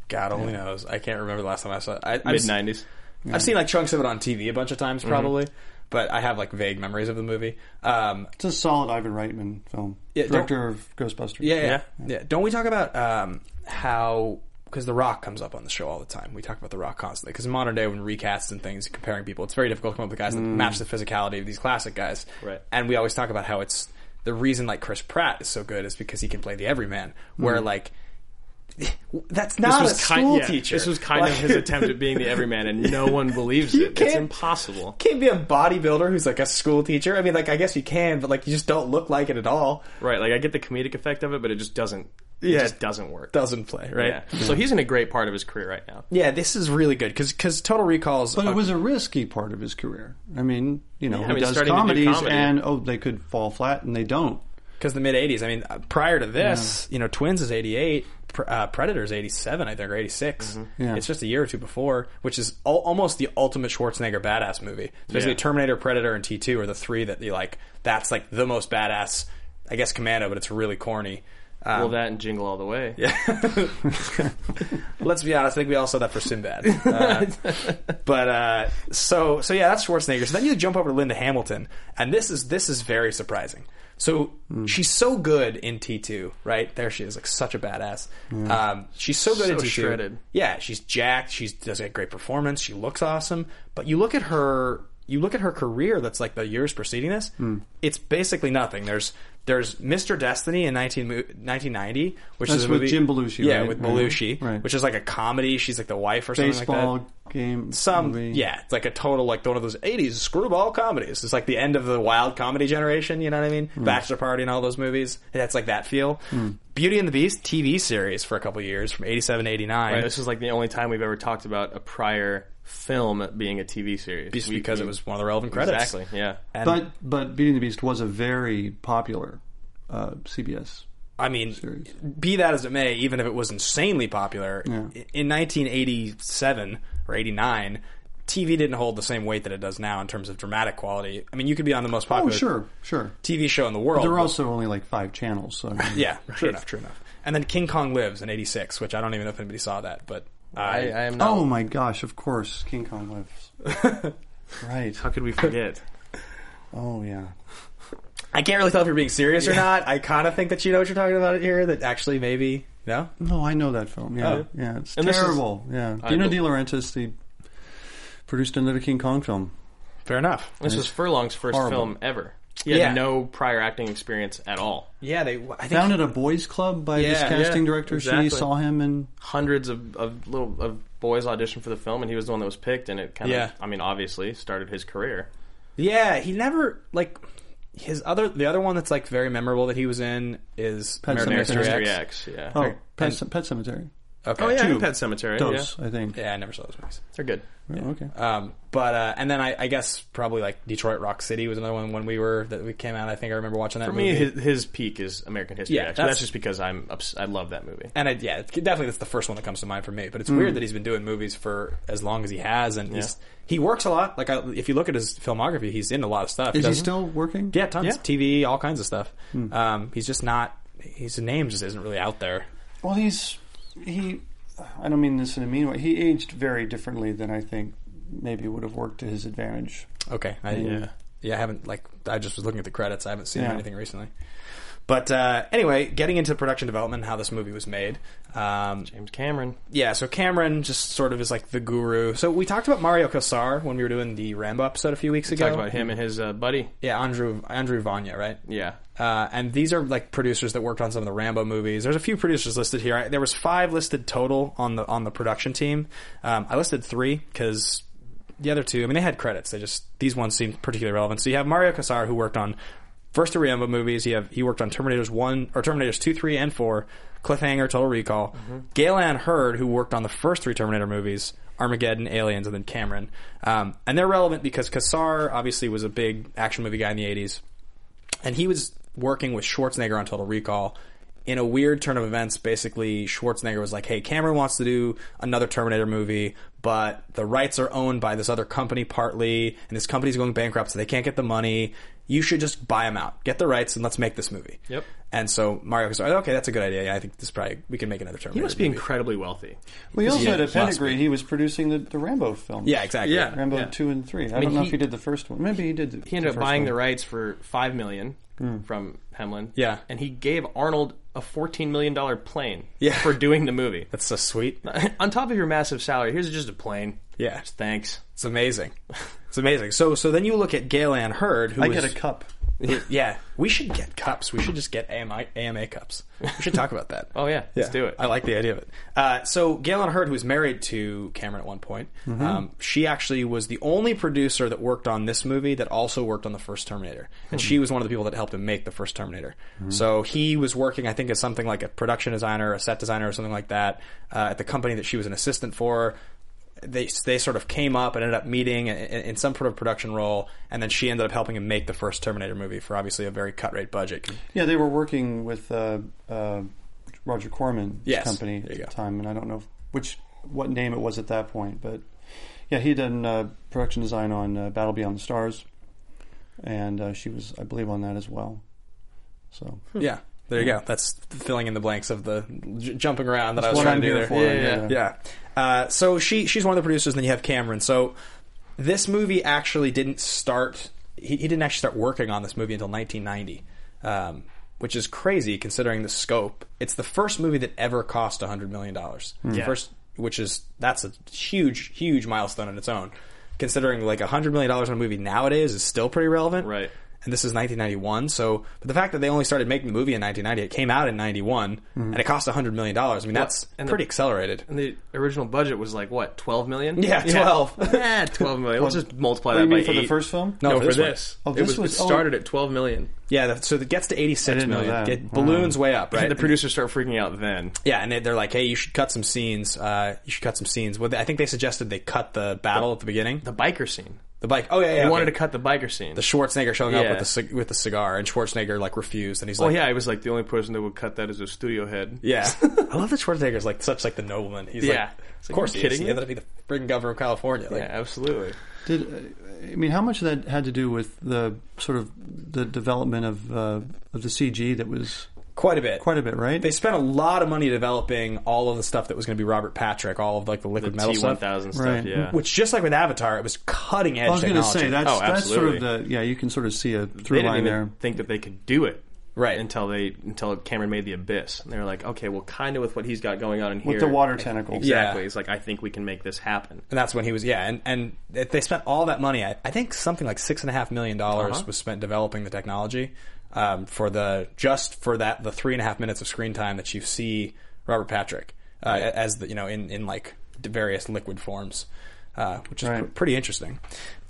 God only knows. I can't remember the last time I saw it. I, I've Mid se- nineties. I've seen like chunks of it on TV a bunch of times, probably, but I have like vague memories of the movie. Um, It's a solid Ivan Reitman film. Yeah, don't- Director of Ghostbusters. yeah, yeah, yeah, Don't we talk about um, how? Because The Rock comes up on the show all the time. We talk about The Rock constantly. Because in modern day, when recasts and things, comparing people, it's very difficult to come up with guys that match the physicality of these classic guys. Mm. Right. And we always talk about how it's the reason like Chris Pratt is so good is because he can play the everyman. Where like that's not a Mm. was school kind, yeah, teacher. This was kind of Like- his attempt at being the everyman, and no one believes You it. It's can't- impossible. can't be a bodybuilder who's like a school teacher. I mean, like I guess you can, but like you just don't look like it at all. Right? Like I get the comedic effect of it, but it just doesn't. It Yeah. just doesn't work. Doesn't play right. Yeah. Yeah, So he's in a great part of his career right now. this is really good because Total Recall is But a- it was a risky part of his career. I mean, you know, Yeah, I he mean, does starting to do comedies comedy. and oh, they could fall flat and they don't. because the mid '80s. I mean, uh, prior to this, you know, Twins is '88, Pr- uh, Predators '87, I think, or '86. Yeah. It's just a year or two before, which is al- almost the ultimate Schwarzenegger badass movie. It's basically Yeah. Terminator, Predator, and T2 are the three that you like. That's like the most badass, I guess, Commando, but it's really corny. well, that and Jingle All the Way. Let's be honest. I think we all saw that for Sinbad. Uh, but uh, so so yeah, that's Schwarzenegger. So then you jump over to Linda Hamilton, and this is this is very surprising. So Hmm. she's so good in T two, right? There she is, like such a badass. Um, she's so good in So T two. shredded. Yeah, she's jacked. She does a great performance. She looks awesome. But you look at her, you look at her career. That's like the years preceding this. Hmm. It's basically nothing. There's there's Mr. Destiny in 19, mo- 1990, which That's is a with movie, Jim Belushi, Yeah, right? with Right. Belushi, Right. which is like a comedy. She's like the wife or something baseball like that. game. Some movie. yeah, it's like a total like one of those '80s screwball comedies. It's like the end of the wild comedy generation. You know what I mean? Hmm. Bachelor Party and all those movies. That's like that feel. Beauty and the Beast TV series for a couple years from '87 to '89. Right, this is like the only time we've ever talked about a prior film being a TV series. just We- because we- it was one of the relevant credits. Exactly. Yeah. And But but Beauty and the Beast was a very popular uh, CBS. I mean, Series. be that as it may, even if it was insanely popular i- in 1987 or 89, TV didn't hold the same weight that it does now in terms of dramatic quality. I mean, you could be on the most Oh popular sure, sure. TV show in the world. Oh, There were but- also only like five channels. So I mean, yeah, true enough, true enough. And then King Kong Lives in '86, which I don't even know if anybody saw that, but I, I am not. Oh my gosh! Of course, King Kong lives. right. How could we forget? Oh yeah. I can't really tell if you're being serious or not. I kind of think that you know what you're talking about here. That actually maybe no. No, I know that film. Yeah, Oh. yeah. It's And this is- terrible. yeah. I Dino know- De Laurentiis, he produced another King Kong film. Fair enough. This was Furlong's first Horrible. film ever. He had Yeah. no prior acting experience at all. Yeah, they. I think Found at a boys' club by this Yeah, casting yeah, director. exactly. She saw him and Hundreds of, of little of boys auditioned for the film, and he was the one that was picked. And it kind of, Yeah. I mean, obviously started his career. Yeah, he never like his other the other one that's like very memorable that he was in is Pet American Sematary. History Mystery X. X, yeah. oh, Pet, Pet Cemetery. Okay. Oh, yeah, two. and Pet Cemetery. Dose, Yeah. I think. Yeah, I never saw those movies. They're good. Oh, Okay. Um, but uh, and then I, I guess probably like Detroit Rock City was another one when we were that we came out. I think I remember watching that For movie. me, his, his peak is American History Yeah, X. But that's- that's just because I'm obs- I love that movie. and I, yeah, it's- definitely that's the first one that comes to mind for me. But it's weird that he's been doing movies for as long as he has, and he's, he works a lot. Like I, if you look at his filmography, he's in a lot of stuff. Is he doesn't- still working? Yeah, tons. TV, all kinds of stuff. Um, he's just not. His name just isn't really out there. Well, he's he. I don't mean this in a mean way. He aged very differently than I think maybe would have worked to his advantage. Okay. I, yeah. Yeah, I haven't like I just was looking at the credits. I haven't seen Yeah. anything recently. But uh, anyway, getting into production development, and how this movie was made. Um, James Cameron. yeah, so Cameron just sort of is like the guru. So we talked about Mario Casar when we were doing the Rambo episode a few weeks ago. Talked about him and his uh, buddy. Yeah, Andrew Andrew Vanya, right? Yeah. Uh, and these are like producers that worked on some of the Rambo movies. There's a few producers listed here. I, there was five listed total on the on the production team. Um, I listed three because the other two. I mean, they had credits. They just these ones seemed particularly relevant. So you have Mario Casar who worked on first the Rambo movies. You have he worked on Terminators one or Terminators two, three, and four. Cliffhanger, Total Recall. Gail Ann Hurd who worked on the first three Terminator movies. Armageddon, Aliens, and then Cameron. Um, and they're relevant because Casar obviously was a big action movie guy in the 80s and he was working with Schwarzenegger on Total Recall. In a weird turn of events, basically Schwarzenegger was like, "Hey, Cameron wants to do another Terminator movie, but the rights are owned by this other company partly, and this company's going bankrupt, so they can't get the money. You should just buy them out, get the rights, and let's make this movie." Yep. And so Mario goes, "Okay, that's a good idea. I think this probably we can make another Terminator." He must be movie." incredibly wealthy. Well, he also had a must be. pedigree. He was producing the, the Rambo film. Yeah, exactly. Yeah. Rambo two and three. I, mean, don't know he- if he did the first one. Maybe he did. The, He ended up buying the rights for five million from Hemlin. Yeah. and he gave Arnold a fourteen million dollar plane. Yeah. for doing the movie. That's so sweet. On top of your massive salary, here's just a plane. Yeah. Just thanks. It's amazing. It's amazing. So, so then you look at Gail Ann Hurd, who I was, get a cup. yeah, we should get cups. We should just get AMI, AMA cups. We should talk about that. Oh yeah, let's do it. I like the idea of it. Uh, so Galen Hurd, who was married to Cameron at one point, um, she actually was the only producer that worked on this movie that also worked on the first Terminator, and she was one of the people that helped him make the first Terminator. So he was working, I think, as something like a production designer, a set designer, or something like that, uh, at the company that she was an assistant for they they sort of came up and ended up meeting in, in some sort of production role, and then she ended up helping him make the first Terminator movie for obviously a very cut rate budget. Yeah, they were working with uh, uh, Roger Corman's Yes. company There at you the go. time, and I don't know if- which what name it was at that point, but yeah, he had done uh, production design on uh, Battle Beyond the Stars, and uh, she was, I believe, on that as well. So Yeah, There you go. That's filling in the blanks of the j- jumping around that I was what trying I'm to do here there. for. Yeah, yeah, Yeah. Uh, so she she's one of the producers. And then you have Cameron. So this movie actually didn't start. He, he didn't actually start working on this movie until 1990, um, which is crazy considering the scope. It's the first movie that ever cost 100 million dollars. Hmm. Yeah. First, which is that's a huge huge milestone on its own. Considering like 100 million dollars on a movie nowadays is still pretty relevant. Right. And this is 1991, so but the fact that they only started making the movie in 1990, it came out in 91, and it cost 100 million dollars. I mean, that's and the- pretty accelerated. And the original budget was like what, twelve million? Yeah, 12. yeah, twelve million. Let's just multiply What do that you by mean for eight. the first film? No, No, for for this one. this. Oh, it this was, was- it started at twelve million. Yeah, that, so it gets to 86 didn't know million. that. Get, Wow. Balloons way up, right? And the producers start freaking out then. yeah, and they- they're like, "Hey, you should cut some scenes. Uh, you should cut some scenes." Well, they- I think they suggested they cut the battle at the beginning. The biker scene. The bike. Oh yeah, yeah. They okay. wanted to cut the biker scene. the Schwarzenegger showing up Yeah. with the cig- with the cigar, and Schwarzenegger like refused, and he's oh like, yeah, I was like the only person that would cut that is a studio head. yeah." I love that Schwarzenegger's like such like the nobleman. He's Yeah. like, It's like, "Of course, you he is. kidding He me? ended up being the freaking governor of California." Like, Yeah, absolutely. Did uh, I mean how much of that had to do with the sort of the development of uh, of the CG that was quite a bit. quite a bit, right? They spent a lot of money developing all of the stuff that was going to be Robert Patrick, all of like the liquid metal T one stuff. thousand stuff. Right. Yeah. Which just like with Avatar, it was cutting edge. I was going to technology. say that's Oh, that's sort of absolutely. the yeah you can sort of see a they through didn't line even there. think that they could do it. Right. Until they until Cameron made the abyss. And they were like, Okay, well kinda with what he's got going on in here. With the water tentacles. Exactly. Yeah. It's like I think we can make this happen. and that's when he was yeah and and if they spent all that money i, I think something like six and a half million dollars was spent developing the technology um, for the just for that the three and a half minutes of screen time that you see robert patrick uh, as the you know in in like d- various liquid forms uh, which is Right. pr- pretty interesting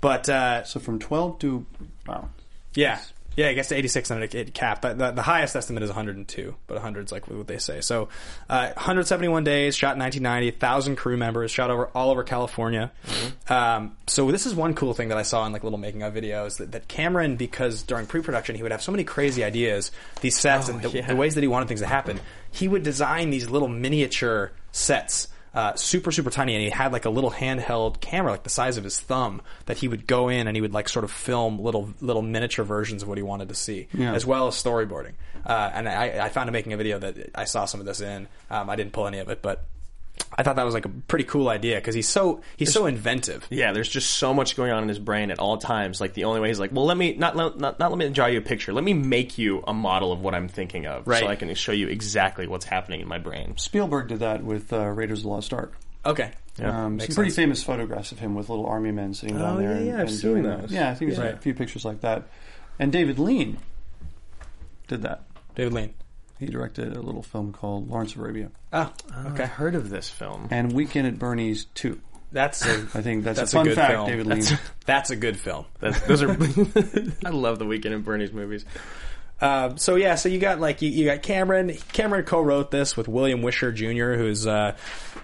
but uh, So from twelve to wow, yeah. Yeah, I guess the 86 and it, it capped. The, the, the highest estimate is 102, but 100 is like what they say. So, uh, 171 days, shot in 1990, 1,000 crew members, shot over all over California. Um, so this is one cool thing that I saw in like little making of videos that, that Cameron, because during pre-production he would have so many crazy ideas, these sets and the, yeah. the ways that he wanted things to happen, he would design these little miniature sets uh, super super tiny and he had like a little handheld camera like the size of his thumb that he would go in and he would like sort of film little little miniature versions of what he wanted to see Yeah. as well as storyboarding uh, and I, I found him making a video that I saw some of this in um, I didn't pull any of it but I thought that was like a pretty cool idea because he's so he's so inventive Yeah, there's just so much going on in his brain at all times. Like the only way he's like, well, let me not let- not, not let me draw you a picture. Let me make you a model of what I'm thinking of, Right. so I can show you exactly what's happening in my brain. Spielberg did that with uh, Raiders of the Lost Ark. okay Um, some Makes pretty sense. famous photographs of him with little army men sitting down Oh, there yeah, and, yeah, I've and seen doing those. that. Yeah, I think there's Yeah. a few pictures like that. And David Lean did that. David Lean He directed a little film called Lawrence of Arabia oh okay Uh, I've heard of this film. and Weekend at Bernie's Two. that's a, I think that's, That's a a fun good fact, film. David Lean. That's- that's a good film That's, those are I love the Weekend and Bernie's movies. Um, so yeah, so you got like you, you got Cameron. Cameron co-wrote this with William Wisher Jr., who's uh,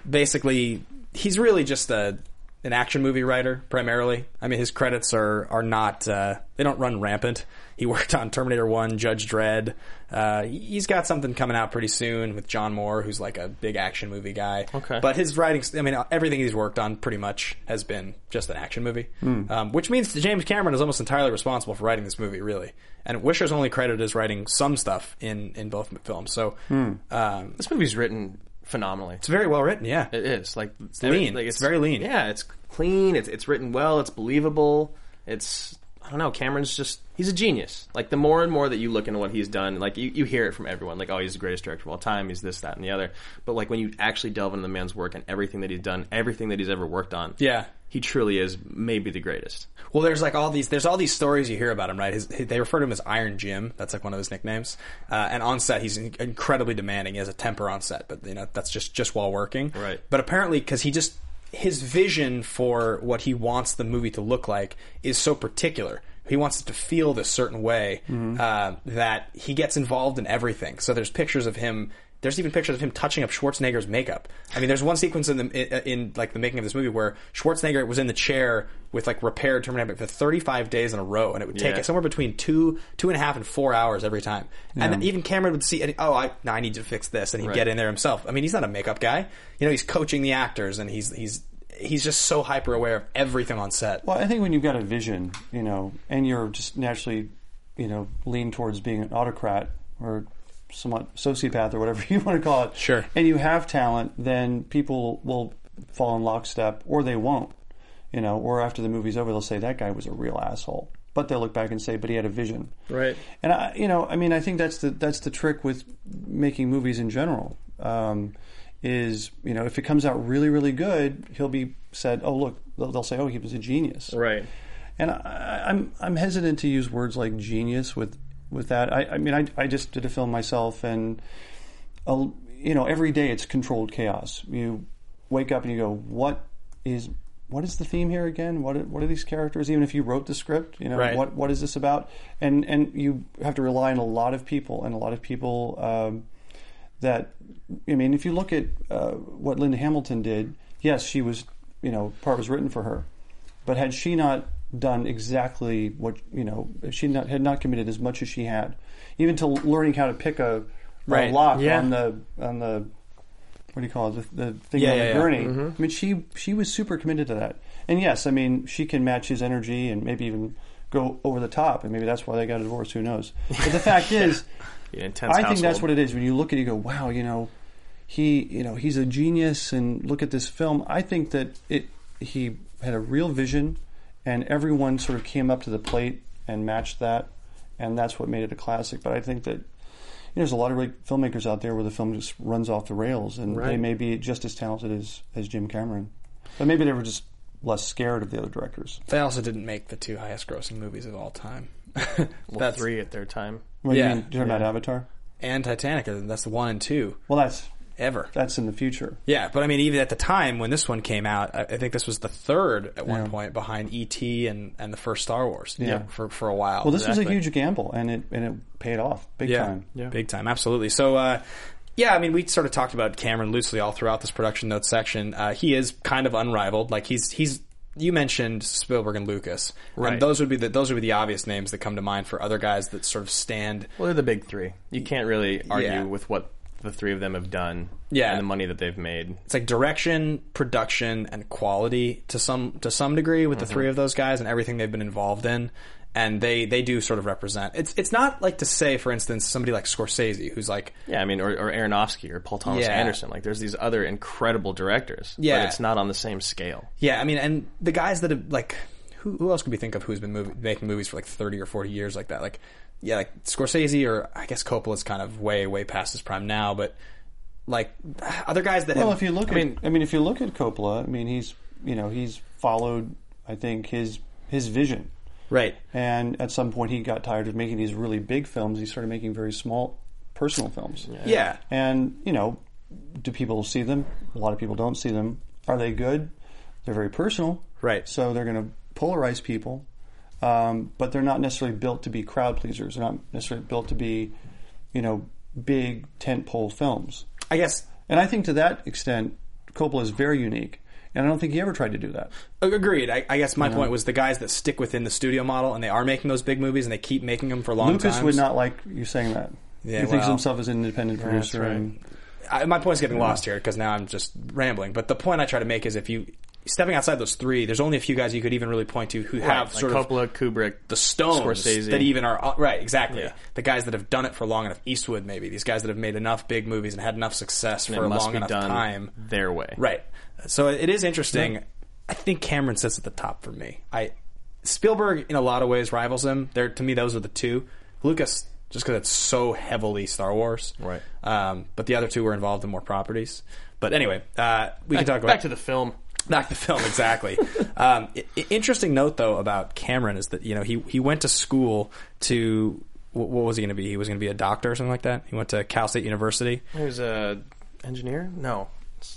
basically he's really just a an action movie writer primarily. I mean, his credits are are not uh, they don't run rampant. He worked on Terminator One, Judge Dredd. Uh, he's got something coming out pretty soon with John Moore, who's like a big action movie guy. Okay. but his writing, I mean, everything he's worked on pretty much has been just an action movie, um, which means that James Cameron is almost entirely responsible for writing this movie, really. And Wisher's only credited as writing some stuff in in both films, so um, This movie's written phenomenally. it's very well written. Yeah, It is like it's lean. It's very lean. Yeah, it's clean. It's it's written well. It's believable. It's I don't know. Cameron's just he's a genius. Like the more and more that you look into what he's done, like you, you hear it from everyone. Like oh, he's the greatest director of all time. He's this, that, and the other. But like when you actually delve into the man's work and everything that he's done, everything that he's ever worked on, Yeah. he truly is maybe the greatest. Well, there's like all these there's all these stories you hear about him, right? His, he- they refer to him as Iron Jim. That's like one of his nicknames. Uh, and on set, he's in- incredibly demanding. He has a temper on set, but you know that's just just while working. Right. But apparently, because he just his vision for what he wants the movie to look like is so particular. He wants it to feel this certain way uh, that he gets involved in everything. So there's pictures of him. There's even pictures of him touching up Schwarzenegger's makeup. I mean, there's one sequence in the in, in like the making of this movie where Schwarzenegger was in the chair with like repaired Terminator makeup for 35 days in a row, and it would take Yeah. it somewhere between two two and a half and four hours every time. And then even Cameron would see, and, oh, I now I need to fix this, and he'd Right. get in there himself. I mean, he's not a makeup guy. You know, he's coaching the actors, and he's he's he's just so hyper aware of everything on set. Well, I think when you've got a vision, you know, and you're just naturally, you know, lean towards being an autocrat or somewhat sociopath or whatever you want to call it, Sure. and you have talent, then people will fall in lockstep or they won't. You know, or after the movie's over, they'll say that guy was a real asshole. But they'll look back and say, but he had a vision. Right. And I, you know, I mean, I think that's the that's the trick with making movies in general. Um, is you know, if it comes out really, really good, he'll be said, oh look, they'll, they'll say, oh, he was a genius. Right. And I, I'm I'm hesitant to use words like genius with with that. I, I mean, I I just did a film myself, and a, you know, every day it's controlled chaos. You wake up and you go, what is what is the theme here again? What are- what are these characters? Even if you wrote the script, you know, Right. what what is this about? And and you have to rely on a lot of people and a lot of people. Um, that I mean, if you look at uh, what Linda Hamilton did, yes, she was you know part was written for her, but had she not done exactly what you know, if she not, had not committed as much as she had, even to learning how to pick a, Right, a lock yeah. on the on the what do you call it the, the thing Yeah, on yeah, Mm-hmm. the yeah. gurney. I mean, she she was super committed to that, and yes, I mean she can match his energy and maybe even go over the top, and maybe that's why they got a divorce. Who knows? But the fact is. An intense I think that's household. what it is. When you look at it, you go, wow, you know, he, you know, he's a genius. And look at this film. I think that it, he had a real vision, and everyone sort of came up to the plate and matched that, and that's what made it a classic. But I think that. You know, there's a lot of great filmmakers out there where the film just runs off the rails, and they may be just as talented as, as Jim Cameron, but maybe they were just less scared of the other directors. They also didn't make the two highest grossing movies of all time. Well, that's three at their time. What do Yeah, you mean? You're talking about Avatar? and Titanic. That's the one and two Well, that's ever. that's in the future. Yeah, but I mean, even at the time when this one came out, I, I think this was the third at one point behind E.T. and, and the first Star Wars. you Yeah. know, for for a while. Well, this was a huge gamble, and it and it paid off big time. Big time, absolutely. So, uh, yeah, I mean, we sort of talked about Cameron loosely all throughout this production notes section. Uh, he is kind of unrivaled. Like he's he's you mentioned Spielberg and Lucas, Right. And those would be the those would be the obvious names that come to mind for other guys that sort of stand. Well, they're the big three. You can't really argue Yeah. with what the three of them have done. Yeah. And the money that they've made. It's like direction, production, and quality to some to some degree with the three of those guys and everything they've been involved in. And they, they do sort of represent. It's it's not like to say, for instance, somebody like Scorsese, who's like Yeah, I mean, or, or Aronofsky or Paul Thomas Yeah. Anderson. Like, there's these other incredible directors. Yeah. But it's not on the same scale. Yeah, I mean, and the guys that have like, who, who else could we think of who's been movie, making movies for like thirty or forty years like that? Like, yeah, like Scorsese or I guess Coppola's kind of way way past his prime now, but like other guys that Well, have if you look I at, mean- I mean, if you look at Coppola, I mean, he's you know he's followed, I think his his vision, right, and at some point he got tired of making these really big films. He started making very small, personal films. yeah, And you know, do people see them? A lot of people don't see them. Are they good? They're very personal, Right. So they're going to polarize people, um, but they're not necessarily built to be crowd pleasers. They're not necessarily built to be, you know, big tentpole films. I guess And I think to that extent, Coppola is very unique. And I don't think he ever tried to do that. ag- agreed. I, I guess my point was the guys that stick within the studio model and they are making those big movies and they keep making them for long. Lucas times. would not like you saying that. Yeah, he thinks well, himself as an independent producer. and, I, my point's getting lost here because now I'm just rambling. But the point I try to make is if you stepping outside those three, there's only a few guys you could even really point to who have like sort of Coppola, Kubrick, the stones Scorsese. that even are uh, right exactly Yeah. the guys that have done it for long enough eastwood maybe these guys that have made enough big movies and had enough success and for it a must long be enough done time their way. right so it is interesting i think cameron sits at the top for me i spielberg in a lot of ways rivals him there to me those are the two lucas just because it's so heavily star wars Right. um, but the other two were involved in more properties but anyway uh, we can talk about Back to the film. Back to film, exactly. um, i- i- interesting note though about Cameron is that you know he he went to school to wh- what was he going to be? He was going to be a doctor or something like that. He went to Cal State University, He was a engineer? No.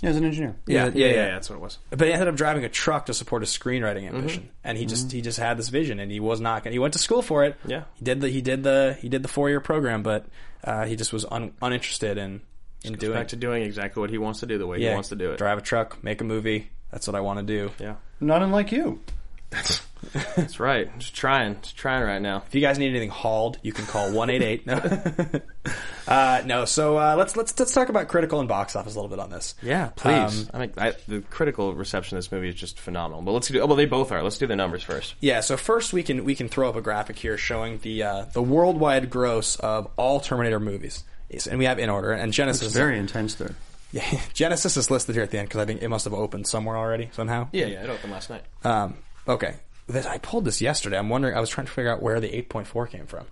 yeah, as an engineer. Yeah, yeah, yeah. that's what it was. but he ended up driving a truck to support his screenwriting Mm-hmm. ambition. And he just he just had this vision, and he was not going. to He went to school for it. Yeah. he did the he did the he did the four year program, but uh, he just was un, uninterested in in doing. Back to doing exactly what he wants to do, the way yeah, he wants to do it. Drive a truck, make a movie. That's what I want to do. Yeah. Not unlike you. That's right. Just trying. Just trying right now. If you guys need anything hauled, you can call one eight eight. No, uh, no. So uh, let's let's let's talk about critical and box office a little bit on this. Yeah, please. please. Um, I mean, I, the critical reception of this movie is just phenomenal. But let's do. Oh, well, they both are. Let's do the numbers first. Yeah. So first we can we can throw up a graphic here showing the uh, the worldwide gross of all Terminator movies. Yes, and we have in order. And Genesis, It's very intense there. yeah, Genesis is listed here at the end because I think it must have opened somewhere already somehow. Yeah, Uh, yeah, it opened last night. Um, okay. This, I pulled this yesterday. I'm wondering. I was trying to figure out where the 8.4 came from.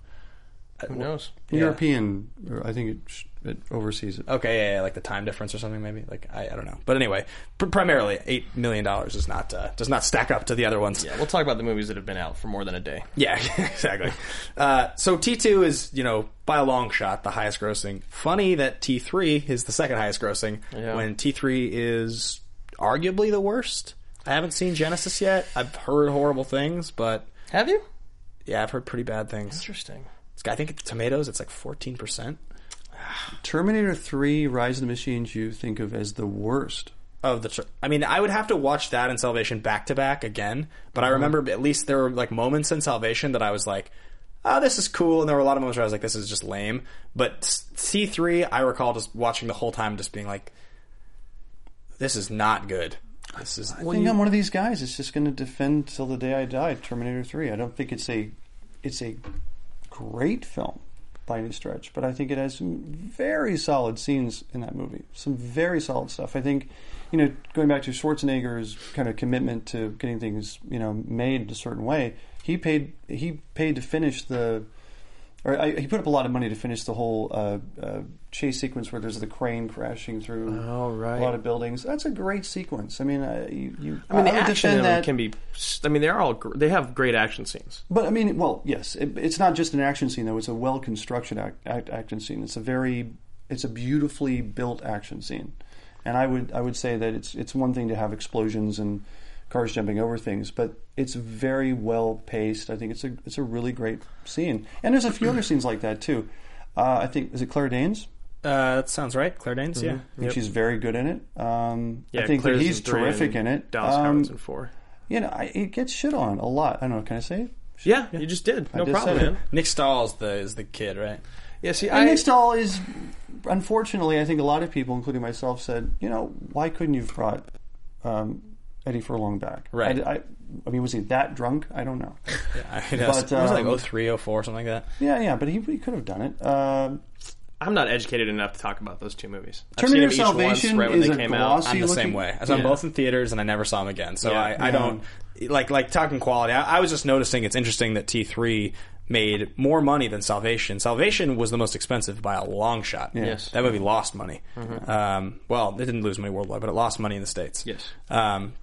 Who knows? European, or I think it, sh- it oversees it. Okay, yeah, yeah, like the time difference or something, maybe. Like I, I don't know. But anyway, pr- primarily eight million dollars is not uh, does not stack up to the other ones. Yeah, we'll talk about the movies that have been out for more than a day. Yeah, exactly. Uh, so T two is you know by a long shot the highest grossing. Funny that T three is the second highest grossing Yeah. when T three is arguably the worst. I haven't seen Genesis yet. I've heard horrible things, but Have you? yeah, I've heard pretty bad things. Interesting. It's- I think it's tomatoes. It's like fourteen percent Terminator 3, Rise of the Machines, you think of as the worst. of the. Tr- I mean, I would have to watch that and Salvation back to back again. But I Uh-huh. remember at least there were like moments in Salvation that I was like, "Oh, this is cool," and there were a lot of moments where I was like, "This is just lame." But C three, I recall just watching the whole time, just being like, "This is not good." This is uh, I think I'm one of these guys that's just going to defend till the day I die Terminator 3. I don't think it's a it's a great film by any stretch, but I think it has some very solid scenes in that movie. Some very solid stuff. I think you know, going back to Schwarzenegger's kind of commitment to getting things, you know, made a certain way, he paid he paid to finish the or I, he put up a lot of money to finish the whole uh, uh, chase sequence where there's the crane crashing through Oh, right. a lot of buildings. That's a great sequence. I mean, I, you, you, I mean, the would Uh, action in defend them can be. I mean, they're all. gr- They have great action scenes. But I mean, well, yes, it, it's not just an action scene though. It's a well constructed act, act, action scene. It's a very, it's a beautifully built action scene, and I would I would say that it's it's one thing to have explosions and cars jumping over things, but it's very well paced. I think it's a it's a really great scene, and there's a few other scenes like that too. Uh, I think is it Claire Danes? uh, that sounds right, Claire Danes. I think she's very good in it. Um, Yeah, I think that Claire's he's in three terrific in and it. Dallas Um, Howard's in four. you know, I, it gets shit on a lot. I don't know. Can I say it? Yeah, you just did. No just problem, said it. man. Nick Stahl's the is the kid, right? Yeah, see, And I, Nick Stahl is, unfortunately, I think a lot of people, including myself, said, you know, why couldn't you have brought um, Eddie Furlong back? Right. I, I, I mean, was he that drunk? I don't know. Yeah, I know. But, it was like um, 03, 04, something like that. yeah, yeah, but he, he could have done it. Um I'm not educated enough to talk about those two movies. I've seen Terminator them each once, Salvation right when is they a came out. glossy I'm the looking, same way. I saw them Yeah. both in theaters, and I never saw them again. So Yeah. I, I don't like like talking quality. I, I was just noticing it's interesting that T three made more money than Salvation. Salvation was the most expensive by a long shot. Yes. Mm-hmm. that movie lost money. Um, well, it didn't lose money worldwide, but it lost money in the states. Yes. Um,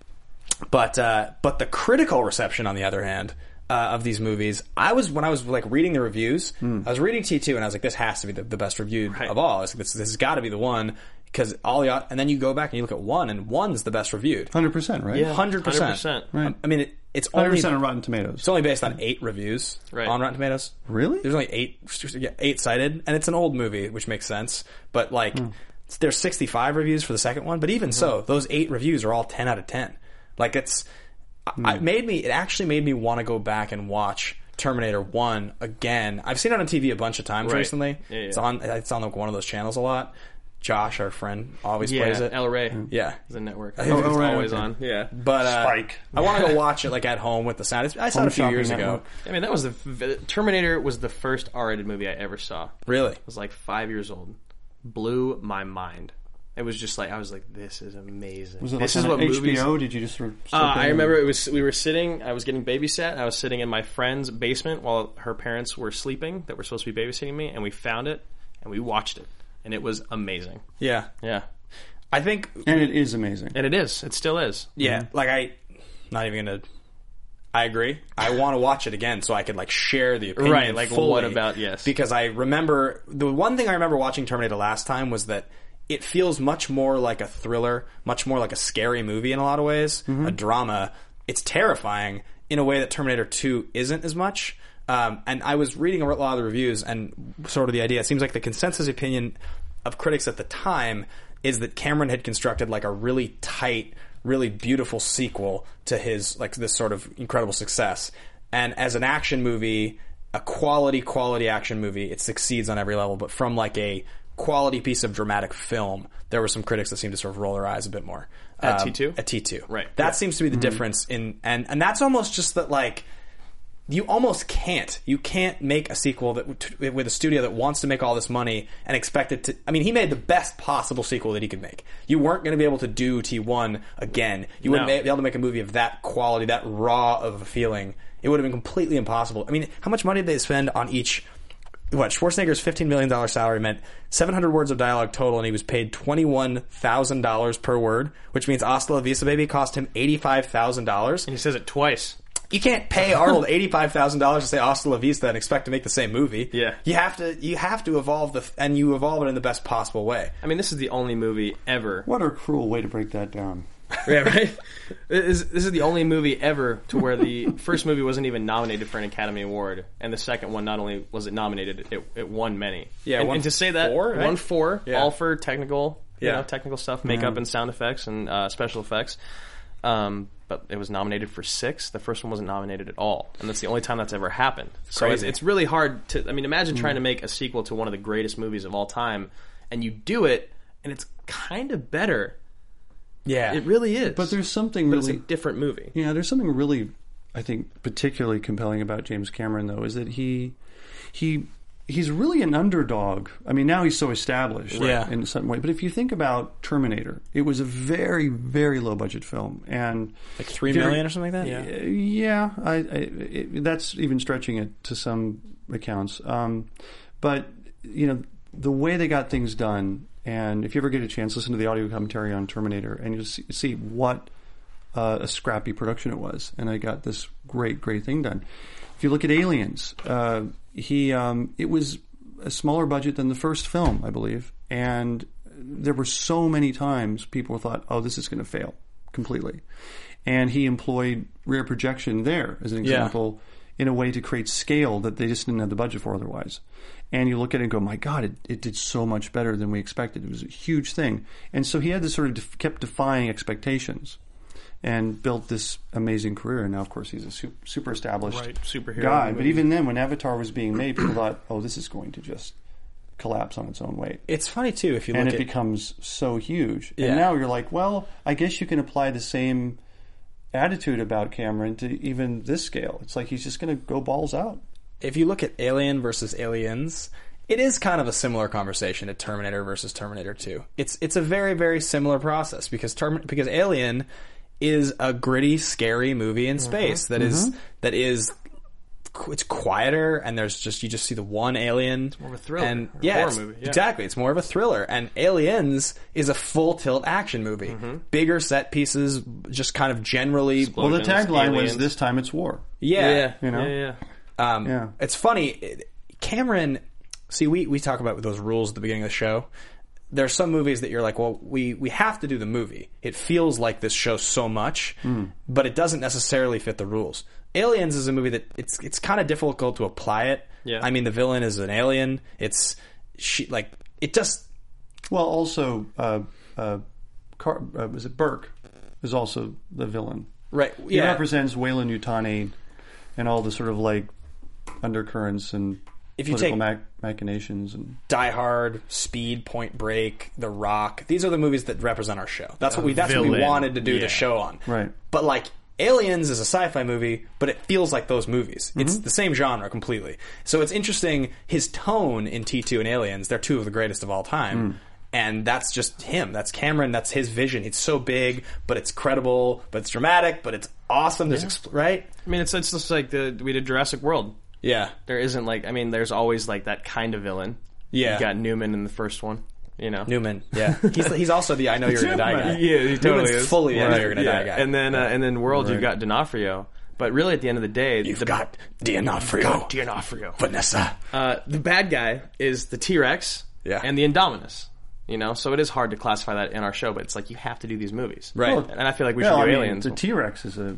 but uh, but the critical reception, on the other hand, uh, of these movies, I was when I was like reading the reviews, I was reading T two, and I was like, this has to be the, the best reviewed of all. I was like, this this has got to be the one because all the and then you go back and you look at one, and one's the best reviewed, 100%, right? Yeah. hundred percent. 100%. I mean, it, it's 100% only on it's Rotten Tomatoes. only based on eight reviews Right. on Rotten Tomatoes. Really? There's only eight yeah, eight cited, and it's an old movie, which makes sense. But like, Hmm. there's 65 reviews for the second one. But even so, those eight reviews are all 10 out of 10. Like it's, I, Hmm. it made me. It actually made me want to go back and watch Terminator One again. I've seen it on TV a bunch of times Right. recently. Yeah, yeah. It's on. It's on like one of those channels a lot. Josh, our friend, always Yeah, plays it. El Rey. yeah, The network. think it's it's El Rey, always Oh, okay. on. Yeah. but uh, Spike. I want to go watch it like at home with the sound. It's, I saw it Home a few shopping years ago. network. I mean, that was the v- Terminator was the first R-rated movie I ever saw. I Really? was like five years old. Blew my mind. It was just like I was like, this is amazing. Was it this like is on what HBO? movies. Did you just sort of slip Uh, in I and- remember it was we were sitting. I was getting babysat. I was sitting in my friend's basement while her parents were sleeping that were supposed to be babysitting me, and we found it and we watched it, and it was amazing. Yeah, Yeah, I think And it is amazing. and it is. It still is. Yeah, like I, not even gonna. I agree. I want to watch it again so I could like share the opinion. Right, like, fully, what about- yes. Because I remember the one thing I remember watching Terminator last time was that it feels much more like a thriller, much more like a scary movie in a lot of ways, a drama. It's terrifying in a way that Terminator Two isn't as much. Um, and I was reading a lot of the reviews and sort of the idea. It seems like the consensus opinion of critics at the time is that Cameron had constructed like a really tight, really beautiful sequel to his like this sort of incredible success. And as an action movie, a quality quality action movie, it succeeds on every level, but from like a quality piece of dramatic film, there were some critics that seemed to sort of roll their eyes a bit more. Um, At T2? At T2. Right. Mm-hmm. That seems to be the difference in and and that's almost just that like you almost can't. You can't make a sequel that with a studio that wants to make all this money and expect it to. I mean, he made the best possible sequel that he could make. You weren't going to be able to do T1 again. You wouldn't No. be able to make a movie of that quality, that raw of a feeling. It would have been completely impossible. I mean, how much money did they spend on each? What Schwarzenegger's fifteen million dollar salary meant seven hundred words of dialogue total, and he was paid twenty one thousand dollars per word, which means Hasta la Vista Baby cost him eighty five thousand dollars. He says it twice. You can't pay Arnold eighty five thousand dollars to say Hasta La Vista and expect to make the same movie. Yeah. you have to you have to evolve the and you evolve it in the best possible way. I mean, this is the only movie ever. What a cruel way to break that down. Yeah, right. this, this is the only movie ever to where the first movie wasn't even nominated for an Academy Award, and the second one not only was it nominated, it, it won many. Yeah, and, won and to say that four, right? won four, Yeah. all for technical, you Yeah. Mm-hmm. know, technical stuff, makeup and sound effects and uh, special effects. Um, but it was nominated for six. The first one wasn't nominated at all, and that's the only time that's ever happened. so it's, crazy. Mm-hmm. it's really hard to. I mean, imagine trying to make a sequel to one of the greatest movies of all time, and you do it, and it's kind of better. Yeah, It really is. But there's something But really it's a different movie. Yeah, there's something really, I think, particularly compelling about James Cameron, though, is that he, he, he's really an underdog. I mean, now he's so established, Yeah. in some way. But if you think about Terminator, it was a very, very low budget film, and like three Very- million or something like that. uh, yeah, I, I it, that's even stretching it to some accounts. Um, but you know, the way they got things done, and if you ever get a chance, listen to the audio commentary on Terminator, and you'll see, see what uh, a scrappy production it was, and I got this great, great thing done. If you look at Aliens, uh, he um, it was a smaller budget than the first film, I believe, and there were so many times people thought, "Oh, this is going to fail completely," and he employed rear projection there as an example in a way to create scale that they just didn't have the budget for otherwise. And you look at it and go, "My God, it, it did so much better than we expected. It was a huge thing." And so he had this sort of def- kept defying expectations and built this amazing career. And now, of course, he's a su- super established Right, superhero guy. But movie. even then, when Avatar was being made, people thought, "Oh, this is going to just collapse on its own weight," It's funny too if you and look it at becomes so huge. Yeah. And now you're like, "Well, I guess you can apply the same." Attitude about Cameron to even this scale. It's like he's just going to go balls out. if you look at Alien versus Aliens, it is kind of a similar conversation to Terminator versus Terminator 2. It's it's a very very similar process because Term- because Alien is a gritty, scary movie in Mm-hmm. space that is that is qu- it's quieter and there's just you just see the one alien. It's more of a thriller, And or a yeah, horror it's- movie, yeah. exactly. It's more of a thriller. And Aliens is a full tilt action movie, Mm-hmm. bigger set pieces, just kind of generally. Well, the Explosions, tagline was aliens. "This time it's war." yeah, you know? yeah, yeah. Um, Yeah. It's funny, it- Cameron. See, we we talk about those rules at the beginning of the show. There are some movies that you're like, well, we we have to do the movie. It feels like this show so much, but it doesn't necessarily fit the rules. Aliens is a movie that it's it's kind of difficult to apply it. Yeah. I mean, the villain is an alien. It's she like it just Well, also, uh, uh, Car- uh, was it Burke? Is also the villain. right. He Yeah, represents Wayland Utani and all the sort of like undercurrents and you take- political mach- machinations and Die Hard, Speed, Point Break, The Rock. These are the movies that represent our show. That's what we that's what we villain. wanted to do Yeah. the show on. Right. But like Aliens is a sci-fi movie, but it feels like those movies. Mm-hmm. It's the same genre completely. So it's interesting his tone in T2 and Aliens, they're two of the greatest of all Mm. time. And that's just him. That's Cameron. That's his vision. It's so big, but it's credible, but it's dramatic, but it's awesome. There's expl- right? I mean, it's it's just like the we did Jurassic World. Yeah. There isn't like I mean, there's always like that kind of villain. Yeah. you got Newman in the first one. You know, Newman. Yeah. he's he's also the I know you're going to die guy. Yeah, he totally Newman's is. fully the I know you're going to die guy. And then uh, and then World, you've got D'Onofrio. But really, at the end of the day, You've the, got D'Onofrio, D'Onofrio. Vanessa. Uh, the bad guy is the T Rex. Yeah. and the Indominus. You know, so it is hard to classify that in our show, but it's like you have to do these movies, Right. Well, and I feel like we should Well, do I mean, aliens. the T Rex is a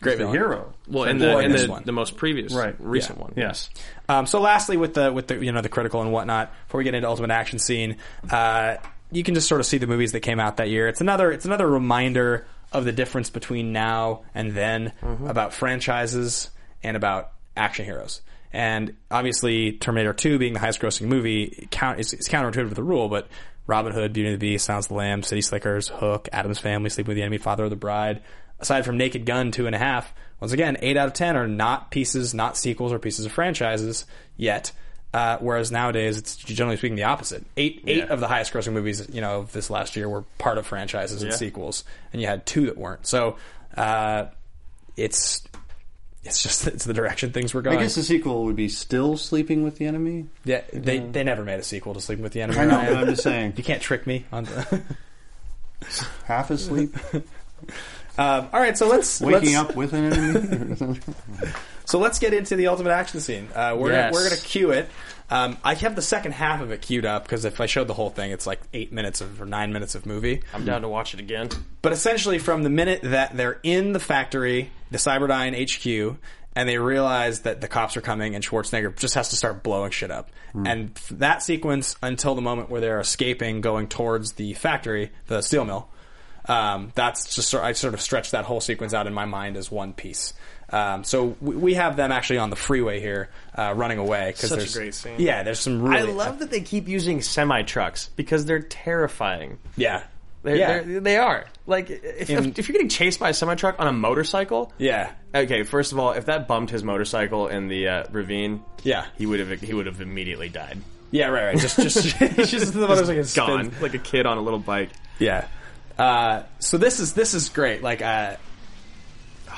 great is a villain. hero. well, in Well, the in in this the, one. the most previous, Right. recent Yeah. one, Yes. Um, so, lastly, with the with the you know the critical and whatnot, before we get into ultimate action scene, uh, you can just sort of see the movies that came out that year. It's another it's another reminder of the difference between now and then about franchises and about action heroes. And obviously, Terminator Two being the highest grossing movie it count it's, it's counterintuitive to the rule, but Robin Hood, Beauty and the Beast, Silence of the Lamb, City Slickers, Hook, Adam's Family, Sleeping with the Enemy, Father of the Bride, aside from Naked Gun two and a half, once again, eight out of ten are not pieces, not sequels or pieces of franchises yet. Uh, whereas nowadays, it's generally speaking the opposite. Eight eight Yeah. of the highest grossing movies you know of this last year were part of franchises and Yeah. sequels, and you had two that weren't. So uh, it's it's just it's the direction things were going. I guess the sequel would be still sleeping with the enemy. yeah, they they never made a sequel to Sleeping with the Enemy. I know, Ryan. but I'm just saying, you can't trick me on. The half asleep, um, all right, so let's waking let's- up with an enemy. So let's get into the ultimate action scene. Uh, we're gonna, Yes. we're going to cue it. Um, I have the second half of it queued up because if I showed the whole thing, it's like eight minutes of, or nine minutes of movie. I'm down to watch it again. But essentially, from the minute that they're in the factory, the Cyberdyne HQ, and they realize that the cops are coming, and Schwarzenegger just has to start blowing shit up. Hmm. And f- that sequence until the moment where they're escaping, going towards the factory, the steel mill. Um, that's just sort- I sort of stretched that whole sequence out in my mind as one piece. Um, so we, we have them actually on the freeway here, uh, running away because Such a there's great scene. Yeah, there's some I really love that they keep using semi trucks because they're terrifying. yeah They're, yeah they're, they are. Like if, In- if you're getting chased by a semi truck on a motorcycle, yeah Okay, first of all, if that bumped his motorcycle in the uh, ravine, Yeah. he would have he would have immediately died. yeah right right just just it's just the motorcycle Just spins- gone like a kid on a little bike. Yeah. Uh, so this is this is great. Like, uh,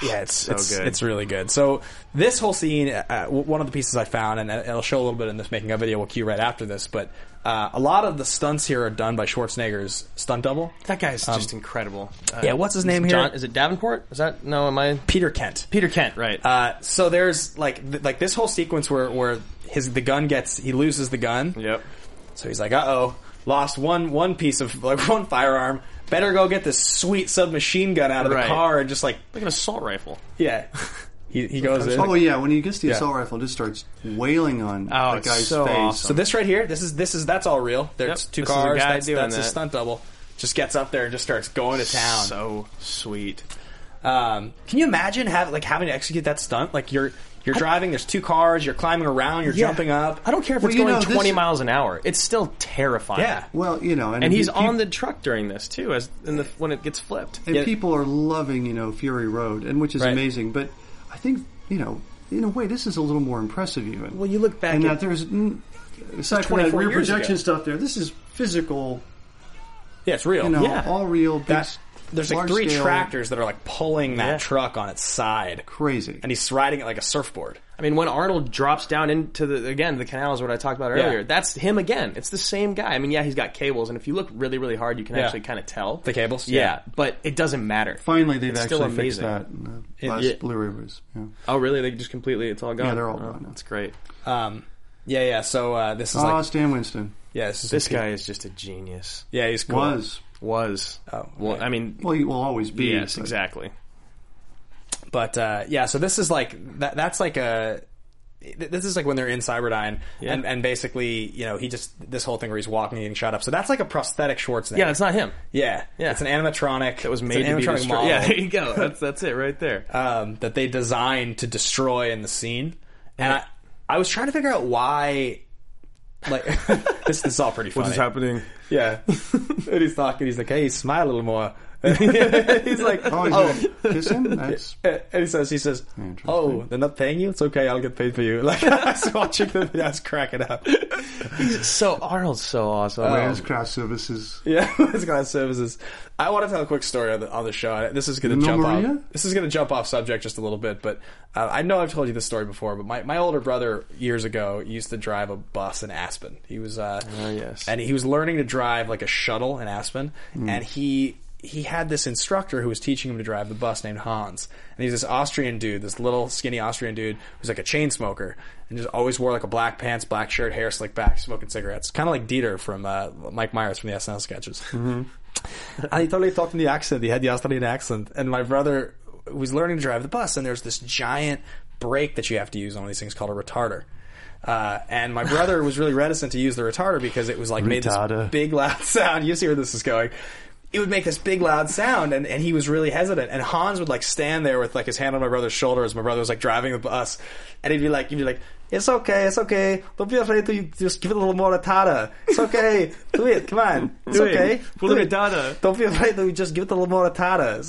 yeah, it's it's, good. it's really good. So this whole scene, uh, uh, w- one of the pieces I found, and it'll show a little bit in this making of video. We'll cue right after this, but uh, a lot of the stunts here are done by Schwarzenegger's stunt double, That guy's just incredible. Uh, Um, yeah, what's his name is here? John, is it Davenport? Is that no? Am I Peter Kent. Peter Kent? Right. Uh, so there's like th- like this whole sequence where where his the gun gets he loses the gun. yep. So he's like, uh oh, lost one one piece of like one firearm. Better go get this sweet submachine gun out of Right. the car and just like Like an assault rifle. Yeah. He, he goes in. oh yeah, when he gets the Yeah. assault rifle, it just starts wailing on Oh, that it's guy's so face. awesome. So this right here, this is this is that's all real. There's Yep, two this is a cars. guy that's doing that's a that. stunt double. Just gets up there and just starts going to town. So sweet. um, can you imagine have, like having to execute that stunt? Like you're you're driving. There's two cars. You're climbing around. You're jumping up. I don't care if Well, it's you going know, this- twenty miles an hour. It's still terrifying. Yeah. Well, you know, and, And he's pe- on the truck during this too, as in the when it gets flipped. and people are loving you know Fury Road, and which is Right. amazing. But I think you know, in a way, this is a little more impressive even. Well, you look back and at- that there's mm, aside from that 24 rear years projection ago. stuff there. This is physical, Yeah, it's real. you know, Yeah. all real. Big, That- there's like large three scale, tractors that are like pulling that Yeah. truck on its side, Crazy. and he's riding it like a surfboard. I mean, when Arnold drops down into the again the canals, what I talked about earlier, Yeah. that's him again. It's the same guy. I mean, yeah, he's got cables, and if you look really, really hard, you can Yeah. actually kind of tell The cables? Yeah. Yeah. but it doesn't matter. Finally, they've It's still actually fixed amazing. that. In the last yeah. Blu-ray release. Yeah. Oh, really? They just completely it's all gone. Yeah, they're all Oh, gone now. That's great. Um, yeah, yeah. So uh, this is Ah, like Stan Winston yeah, this is This guy is just a genius. Yeah, he's cool. was. Was Oh, well, okay. I mean, Well, he will always be. yes, but- exactly. But uh, yeah, so this is like that, that's like a th- this is like when they're in Cyberdyne, and, and basically you know he just this whole thing where he's walking and getting shot up. So that's like a prosthetic Schwarzenegger. Yeah, that's not him. yeah, Yeah. It's an animatronic It was it's made an to be animatronic destroyed. model Yeah, there you go. That's that's it right there. um, that they designed to destroy in the scene. And I, I was trying to figure out why. Like this, this is all pretty funny. happening? Yeah, and he's talking. He's like, "Hey, smile a little more." he's like, Oh, he's "Oh, gonna kiss him. That's and he says, he says, "Oh, they're not paying you. It's okay. I'll get paid for you." Like I was watching the video, I was cracking up. So Arnold's so awesome. where's craft services. Yeah, it's class services. I want to tell a quick story on the, on the show. This is going to No jump Maria? off. This is going to jump off subject just a little bit, but uh, I know I've told you this story before. But my, my older brother years ago used to drive a bus in Aspen. He was uh, Oh, yes. and he was learning to drive like a shuttle in Aspen, and he he had this instructor who was teaching him to drive the bus named Hans, and he's this Austrian dude, this little skinny Austrian dude who's like a chain smoker and just always wore like a black pants, black shirt, hair slicked back, smoking cigarettes, kind of like Dieter from uh, Mike Myers from the SNL sketches. and he totally talked in the accent. He had the Australian accent, and my brother was learning to drive the bus, and there's this giant brake that you have to use on one of these things called a retarder. Uh, and my brother was really reticent to use the retarder because it was like made this Retarder. big loud sound. You see where this is going. It would make this big loud sound, and, and he was really hesitant. And Hans would like stand there with like his hand on my brother's shoulder as my brother was like driving the bus, and he'd be like, he'd be like, It's okay, it's okay. Don't be afraid to just give it a little more Atara. It's okay. Do it, come on. It's Do it. okay. Full Do of it. Atara. Don't be afraid to just give it a little more Atara.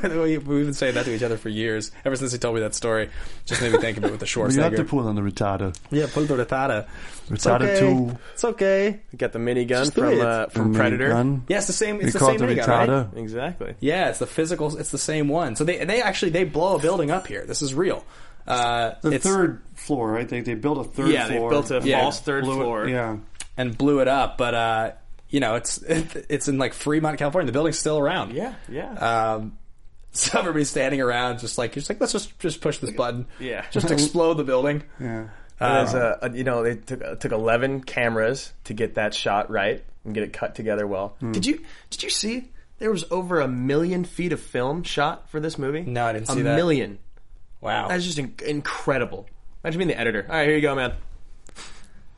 So we- we've been saying that to each other for years, ever since he told me that story. Just made me think of it with the Schwarzenegger. You have to pull on the retarder. yeah, pull the Atara. It's Atara okay. two. It's okay. Got the minigun do from it. uh, And from the Predator. gun. Yeah, it's the same. It's They the call same it the minigun, right? retarder. Exactly. Yeah, it's the physical. It's the same one. So they they actually they blow a building up here. This is real. Uh, The it's- third floor, right? They, they built a third Yeah, they floor. built a Yeah. false third Blew it- floor. Yeah. and blew it up. But uh, you know, it's it's in like Fremont, California. The building's still around. Yeah, yeah. Um, so everybody's standing around, just like just like let's just just push this button. Yeah. Just explode the building. Yeah. There's a, a- Uh, you know they took uh, took 11 cameras to get that shot right and get it cut together well. Did you did you see there was over a million feet of film shot for this movie? No, I didn't a see that. million. Wow, That's just in- incredible. Imagine being the editor. All right, here you go, man.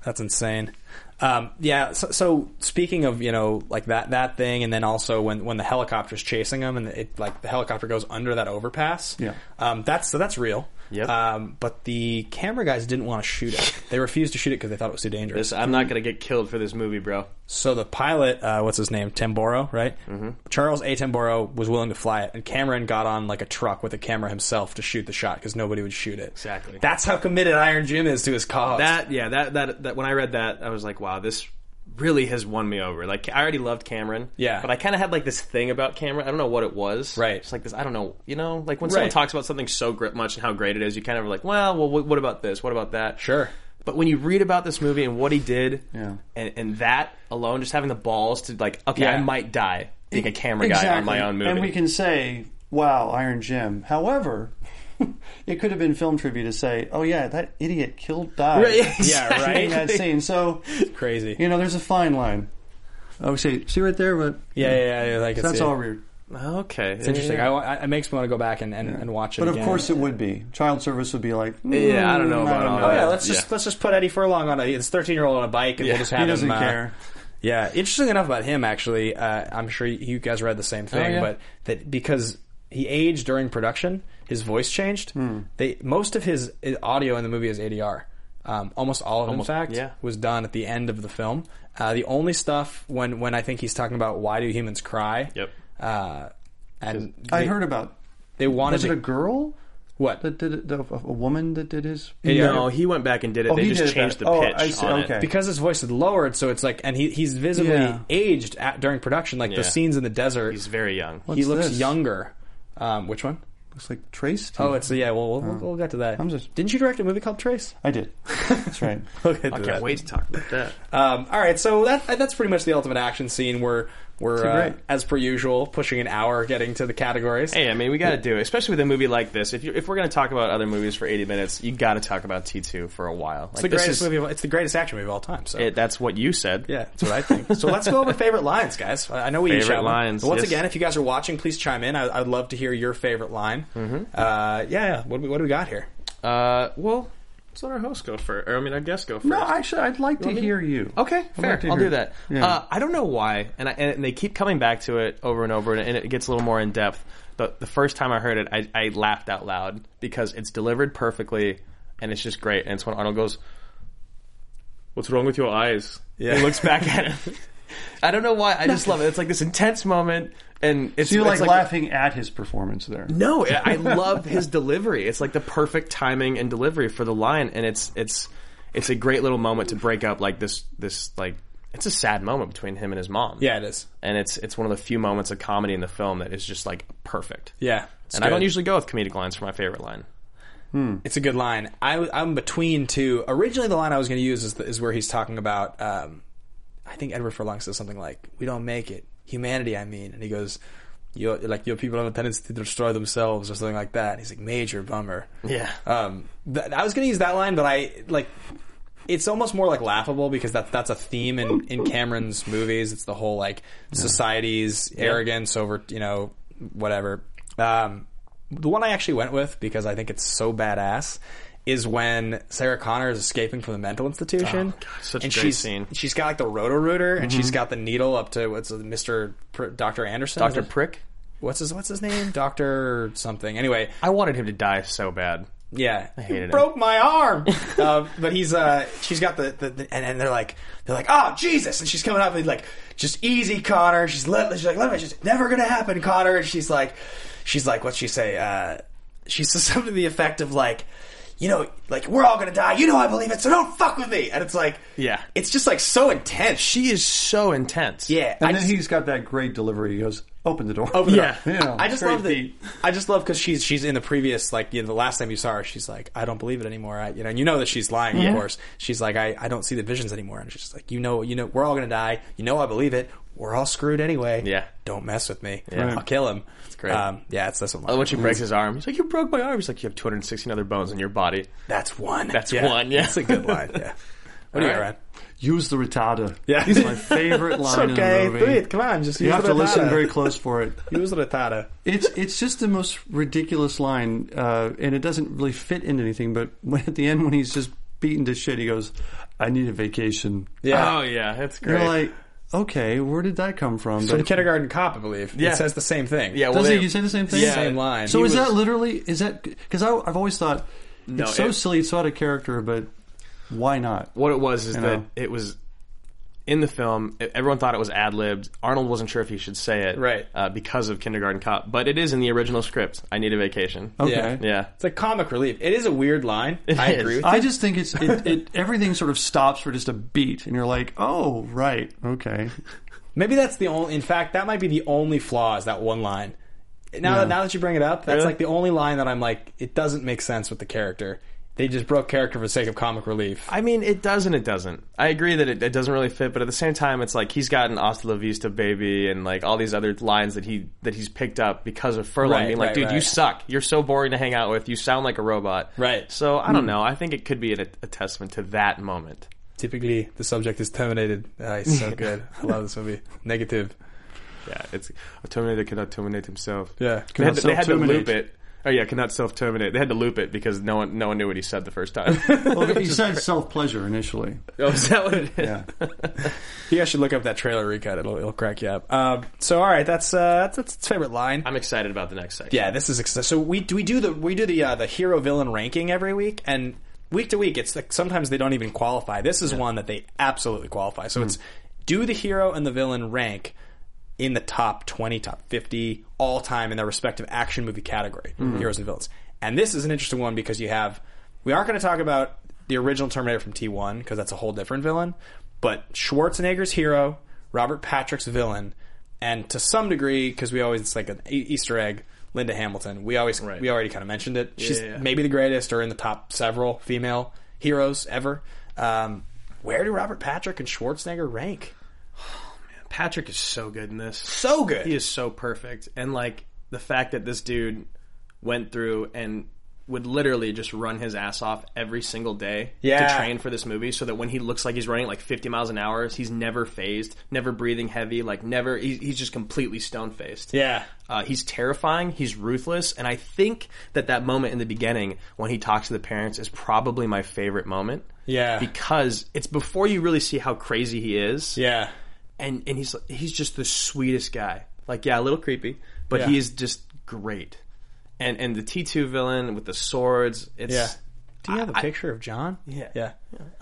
That's insane. Um, yeah. So, so speaking of you know like that that thing, and then also when when the helicopter's chasing them, and it like the helicopter goes under that overpass. Yeah. Um, that's so that's real. Yep. Um, but the camera guys didn't want to shoot it. They refused to shoot it because they thought it was too dangerous. This, I'm not gonna get killed for this movie, bro. So the pilot, uh, what's his name, Tamboro, right? Mm-hmm. Charles A. Tamboro was willing to fly it, and Cameron got on like a truck with a camera himself to shoot the shot because nobody would shoot it. Exactly. That's how committed Iron Jim is to his cause. That yeah, that that that when I read that, I was like, wow, this really has won me over. Like I already loved Cameron, Yeah. but I kind of had like this thing about Cameron. I don't know what it was. Right. it's like this. I don't know. You know, like when someone Right. talks about something so gr- much and how great it is, you kind of are like, well, well, what, what about this? What about that? Sure. But when you read about this movie and what he did, Yeah. and, and that alone, just having the balls to like, okay, Yeah. I might die being a camera guy on my own movie. And we can say, wow, Iron Jim. However, it could have been film tribute to say, oh, yeah, that idiot killed died. yeah, In that right. scene. So, Crazy. you know, there's a fine line. Oh, see, see right there? But Yeah, yeah, yeah. Like that's it's, all weird. Okay, It's interesting. I, I, it makes me want to go back and, and, and watch it. But of again. course it would be. Child service would be like, Yeah, I don't know "Mm, about don't all know." Oh yeah, that. let's just Yeah. let's just put Eddie Furlong on a it's thirteen year old on a bike and we'll just have He doesn't him. uh, care. Yeah, interesting enough about him actually. Uh, I'm sure you guys read the same Oh, thing, yeah. but that because he aged during production, his voice changed. Hmm. They most of his his audio in the movie is ADR. Um, almost all of it, in fact, yeah. was done at the end of the film. Uh, the only stuff when when I think he's talking about why do humans cry. Yep. Uh, and I they- heard about. they wanted Was it to, a girl what that did it? The, a woman that did his? No, he went back and did it. Oh, they he just did it changed back- the oh, pitch I see, on okay. it. because his voice is lowered, so it's like, and he he's visibly Yeah. aged at, during production. Like Yeah. the scenes in the desert, He's very young. he What's looks this? younger. Um, which one? Looks like Trace. to Oh, me. it's yeah. Well, we'll, we'll get to that. I'm just- Didn't you direct a movie called Trace? I did. That's right. Look at I can't wait to talk about that. Um, all right, so that that's pretty much the ultimate action scene. We're we're uh, great. as per usual pushing an hour getting to the categories. Hey, I mean, we got to do it, especially with a movie like this. If you if we're going to talk about other movies for 80 minutes, you got to talk about T2 for a while. it's the greatest movie. Of, it's the greatest action movie of all time. So It, that's what you said. Yeah, that's what I think. So let's go over favorite lines, guys. I I know we each Favorite have one. lines, But once yes. again, if you guys are watching, please chime in. I, I'd love to hear your favorite line. Mm-hmm. Uh, yeah, yeah. What do we, what do we got here? Uh, well, let's let our host go first. Or, I mean, our guest go first. No, actually, I'd like to hear you. Okay, fair. like to I'll hear- do that. Yeah. Uh, I don't know why, and, I, and they keep coming back to it over and over, and it gets a little more in depth. But the first time I heard it, I, I laughed out loud because it's delivered perfectly, and it's just great. And it's when Arnold goes, "What's wrong with your eyes?" Yeah, he looks back at him. I don't know why. I just love it. It's like this intense moment, and it's, So you it's like, laughing at his performance there. no, I I love his delivery. It's like the perfect timing and delivery for the line, and it's it's it's a great little moment to break up like this this like it's a sad moment between him and his mom. Yeah, it is. and it's it's one of the few moments of comedy in the film that is just like perfect. Yeah, and I don't usually go with comedic lines for my favorite line. It's a good line. I, I'm between two. Originally, the line I was going to use is, the, is where he's talking about. Um, I think Edward Furlong says something like, "We don't make it, humanity." I mean, and he goes, "Your like your people have a tendency to destroy themselves or something like that." he's like, "Major bummer." Yeah. Um, th- I was going to use that line, but I like. It's almost more like laughable because that's that's a theme in, in Cameron's movies. It's the whole like society's arrogance over you know whatever. Um, the one I actually went with because I think it's so badass is when Sarah Connor is escaping from the mental institution. Oh, such a and great she's, scene. Mm-hmm. She's got like the roto rooter and she's got the needle up to what's Mister Pr- Doctor Anderson. Doctor Is it- Prick, What's his What's his name? Doctor something. Anyway, I wanted him to die so bad. Yeah, I hated it. broke my arm. uh, but he's uh, she's got the, the, the and, and they're like they're like oh Jesus, and she's coming up and like just easy Connor. She's let she's like let me just never gonna happen Connor. And she's like she's like what she say? Uh, she says something to the effect of like. You know, like we're all gonna die. You know, I believe it, so don't fuck with me. And it's like, Yeah. it's just like so intense. She, She is so intense. yeah, And I then just- he's got that great delivery. He goes, "Open the door." Open it Yeah. up. Yeah, I just very love that. deep. I just love because she's she's in the previous like you know, the last time you saw her, she's like, I don't believe it anymore. I, you know, and you know that she's lying. Of course, she's like, I, I don't see the visions anymore, and she's just like, you know, you know, we're all gonna die. You know, I believe it. We're all screwed anyway. Yeah. don't mess with me. Yeah. I'll kill him. It's great. Um, yeah, it's this one. Uh, When she breaks his arm, he's like, "You broke my arm." He's like, "You have 216 other bones in your body." That's one. That's one, yeah. that's a good line. Yeah. What do you All got, right. Ryan? Use the retarder. Yeah. it's my favorite It's line okay. in the movie. Do it. Come on, just You use have the to listen retada. very close for it. Use the retada. It's it's just the most ridiculous line, uh, and it doesn't really fit into anything. But when, at the end, when he's just beaten to shit, he goes, "I need a vacation." Yeah. Oh yeah, that's great. You're like, okay, where did that come from? From But kindergarten cop, I believe. Yeah. It says the same thing. yeah, well, does they, it? You say the same thing. Yeah. Same line. So He is that was- literally? Is that because I've always thought it's so it- silly, it's so out of character, but why not? what it was is You that know. it was in the film. e- Everyone thought it was ad libbed. Arnold wasn't sure if he should say it, Right. Uh, because of Kindergarten Cop, but it is in the original script. I need a vacation. Okay. Yeah, It's like comic relief. It is a weird line. It I is. Uh, agree with you. I just think it's it, it everything sort of stops for just a beat, and you're like, oh right, okay. Maybe that's the only. In fact, that might be the only flaw is that one line. Now, that, now that you bring it up, that's Really? like the only line that I'm like, it doesn't make sense with the character. They just broke character for the sake of comic relief. I mean, it does and it doesn't. I agree that it, it doesn't really fit, but at the same time, it's like he's got an Hasta La Vista baby and like all these other lines that he that he's picked up because of Furlong Right, being like, right, "Dude, you right. suck. You're so boring to hang out with. You sound like a robot." Right. Hmm. So I don't know. I think it could be a, a testament to that moment. Typically, the subject is terminated. Ah, it's so good. I love this movie. Negative. Yeah, it's a Terminator cannot terminate himself. Yeah. they had, to, they had to self-terminate. loop it. Oh yeah, cannot self terminate. They had to loop it because no one no one knew what he said the first time. Well, you said self pleasure initially. oh, is that what it is? Yeah. You guys should look up that trailer recut. It'll, it'll crack you up. Um, so, all right, that's uh, that's, that's its favorite line. I'm excited about the next section. Yeah, this is exce- so we we do the we do the uh, the hero villain ranking every week, and week to week, it's like sometimes they don't even qualify. This is one that they absolutely qualify. So it's do the hero and the villain rank in the top twenty, top fifty all time in their respective action movie category, heroes and villains. And this is an interesting one because you have we aren't going to talk about the original Terminator from T one because that's a whole different villain, but Schwarzenegger's hero, Robert Patrick's villain. And to some degree, because we always it's like an e- Easter egg, Linda Hamilton. We always we already kind of mentioned it. She's yeah. maybe the greatest or in the top several female heroes ever. Um, where do Robert Patrick and Schwarzenegger rank? Patrick is so good in this. So good. he is so perfect and like the fact that this dude went through and would literally just run his ass off every single day to Yeah. train for this movie so that when he looks like he's running like 50 miles an hour he's never phased never breathing heavy like never he's, he's just completely stone faced Yeah. uh, he's terrifying he's ruthless and i think that that moment in the beginning when he talks to the parents is probably my favorite moment Yeah. because it's before you really see how crazy he is Yeah. and and he's he's just the sweetest guy. Like yeah, a little creepy, but Yeah. he is just great. And and the T two villain with the swords, it's Yeah. Do you have a I- picture of John? Yeah. Yeah.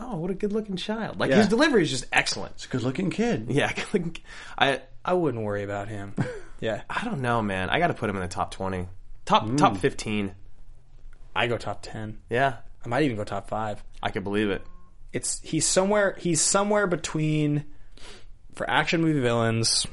oh what a good looking child. Like Yeah. his delivery is just excellent. Good looking kid. Yeah, I I wouldn't worry about him. yeah. I don't know, man. I got to put him in the top twenty, top Mm. top fifteen. I go top 10. Yeah, I might even go top 5. I could believe it. It's he's somewhere he's somewhere between for action movie villains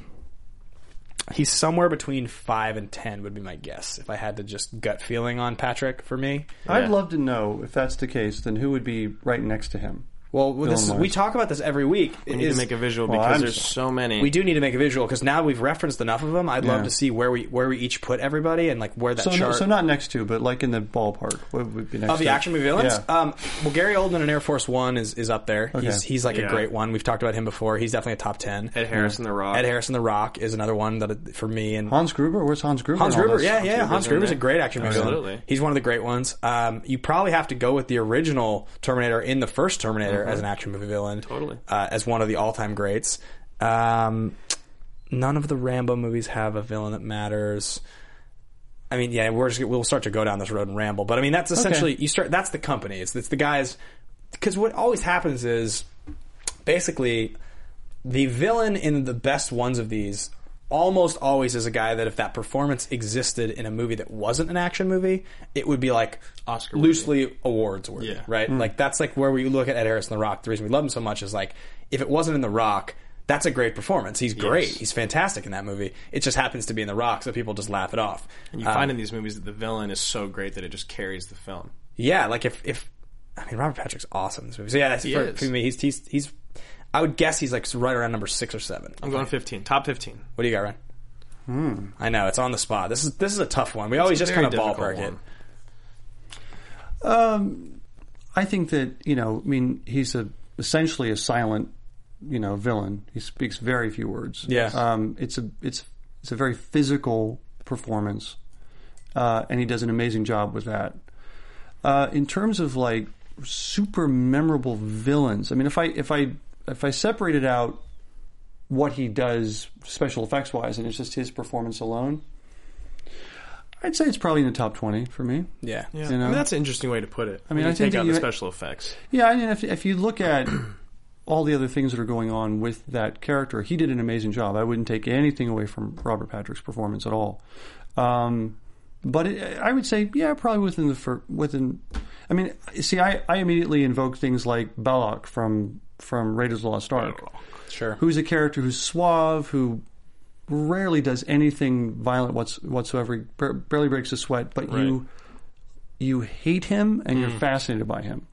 he's somewhere between 5 and 10 would be my guess if I had to just gut feeling on Patrick for me. I'd love to know if that's the case. Then who would be right next to him? Well, this is, Villain-wise. we talk about this every week. We need Is- to make a visual Well, because I'm- there's so many. we do need to make a visual because now we've referenced enough of them. I'd love Yeah. to see where we where we each put everybody and like where that So, no- chart. so not next to, but like in the ballpark. What would be next? of the to? action movie villains. Yeah. Um, well, Gary Oldman in Air Force One is, is up there. He's he's like a Yeah. great one. We've talked about him before. He's definitely a top ten. Ed Harris and The Rock. Ed Harris and The Rock is another one that for me and Hans Gruber. Where's Hans Gruber? Hans in all Gruber. this? Yeah, yeah. Hans in Gruber's a there. great action movie villain. Absolutely. He's one of the great ones. Um, you probably have to go with the original Terminator in the first Terminator as an action movie villain. Totally. Uh, as one of the all time greats. Um, none of the Rambo movies have a villain that matters. I mean, yeah, we're just, we'll start to go down this road and ramble, but I mean, that's essentially you start. That's the company. It's it's the guys because what always happens is basically the villain in the best ones of these almost always is a guy that if that performance existed in a movie that wasn't an action movie, it would be like Oscar worthy. loosely awards worthy, Yeah. right? Like that's like where we look at Ed Harris and The Rock. The reason we love him so much is like if it wasn't in The Rock. That's a great performance. He's great. He's fantastic in that movie. It just happens to be in The Rock, so people just laugh it off. You Um, find in these movies that the villain is so great that it just carries the film. yeah, like if if I mean Robert Patrick's awesome in this movie. So yeah, that's He for, is. for me. He's he's he's. I would guess he's like right around number six or seven. I'm going 15, top 15. What do you got, Ryan? I know it's on the spot. This is this is a tough one. We always just very kind of ballpark difficult it. one. I think that you know, I mean, he's a essentially a silent, you know, villain. He speaks very few words. Yeah. Um, it's a it's it's a very physical performance, uh, and he does an amazing job with that. Uh, in terms of like super memorable villains, I mean, if I if I if I separated out what he does special effects wise, and it's just his performance alone. I'd say it's probably in the top twenty for me. Yeah. Yeah. You I know? mean, that's an interesting way to put it. I mean, mean, I you think take out that the you- special effects. Yeah, I mean, if, if you look at all the other things that are going on with that character, he did an amazing job. I wouldn't take anything away from Robert Patrick's performance at all. Um, but it, I would say, yeah, probably within the fir- within. I mean, see, I, I immediately invoke things like Belloc from from Raiders of the Lost Ark, Sure. who's a character who's suave, who rarely does anything violent what's, whatsoever, he bar- barely breaks a sweat, but you you hate him and Hmm. you're fascinated by him.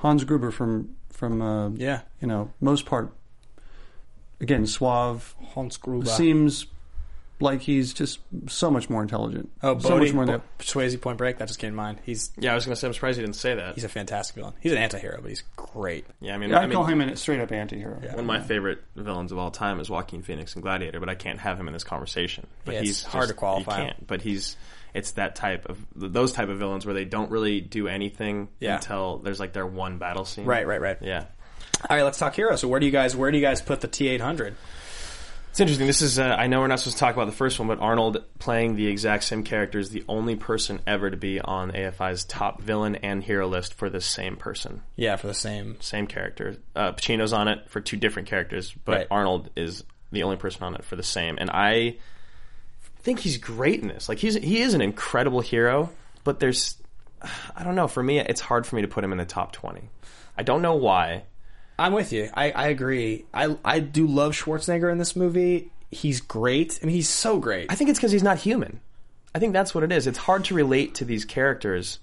Hans Gruber from from uh, Yeah. you know most part again suave Hans Gruber. seems like he's just so much more intelligent. oh, Bodie, so much more Bo- than- Swayze Point Break. That just came to mind. He's Yeah, I was going to say, I'm surprised you didn't say that. he's a fantastic villain. He's an anti-hero, but he's great. yeah, I mean, I'd I mean, call him a straight up anti-hero. one of my favorite villains of all time is Joaquin Phoenix in Gladiator, but I can't have him in this conversation. But Yeah, it's he's hard to just- qualify You him. can't, but he's it's that type of th- those type of villains where they don't really do anything Yeah. until there's like their one battle scene. Right, right, right. Yeah. All right, let's talk hero. So where do you guys where do you guys put the T eight hundred? It's interesting. This is uh, I know we're not supposed to talk about the first one, but Arnold playing the exact same character is the only person ever to be on AFI's top villain and hero list for the same person, Yeah, for the same. same character. Uh, Pacino's on it for two different characters, but Right. Arnold is the only person on it for the same. And I think he's great in this. Like he's he is an incredible hero, but there's I don't know. For me, it's hard for me to put him in the top twenty. I don't know why. I'm with you. I, I agree. I I do love Schwarzenegger in this movie. He's great. I mean, he's so great. I think it's because he's not human. I think that's what it is. It's hard to relate to these characters,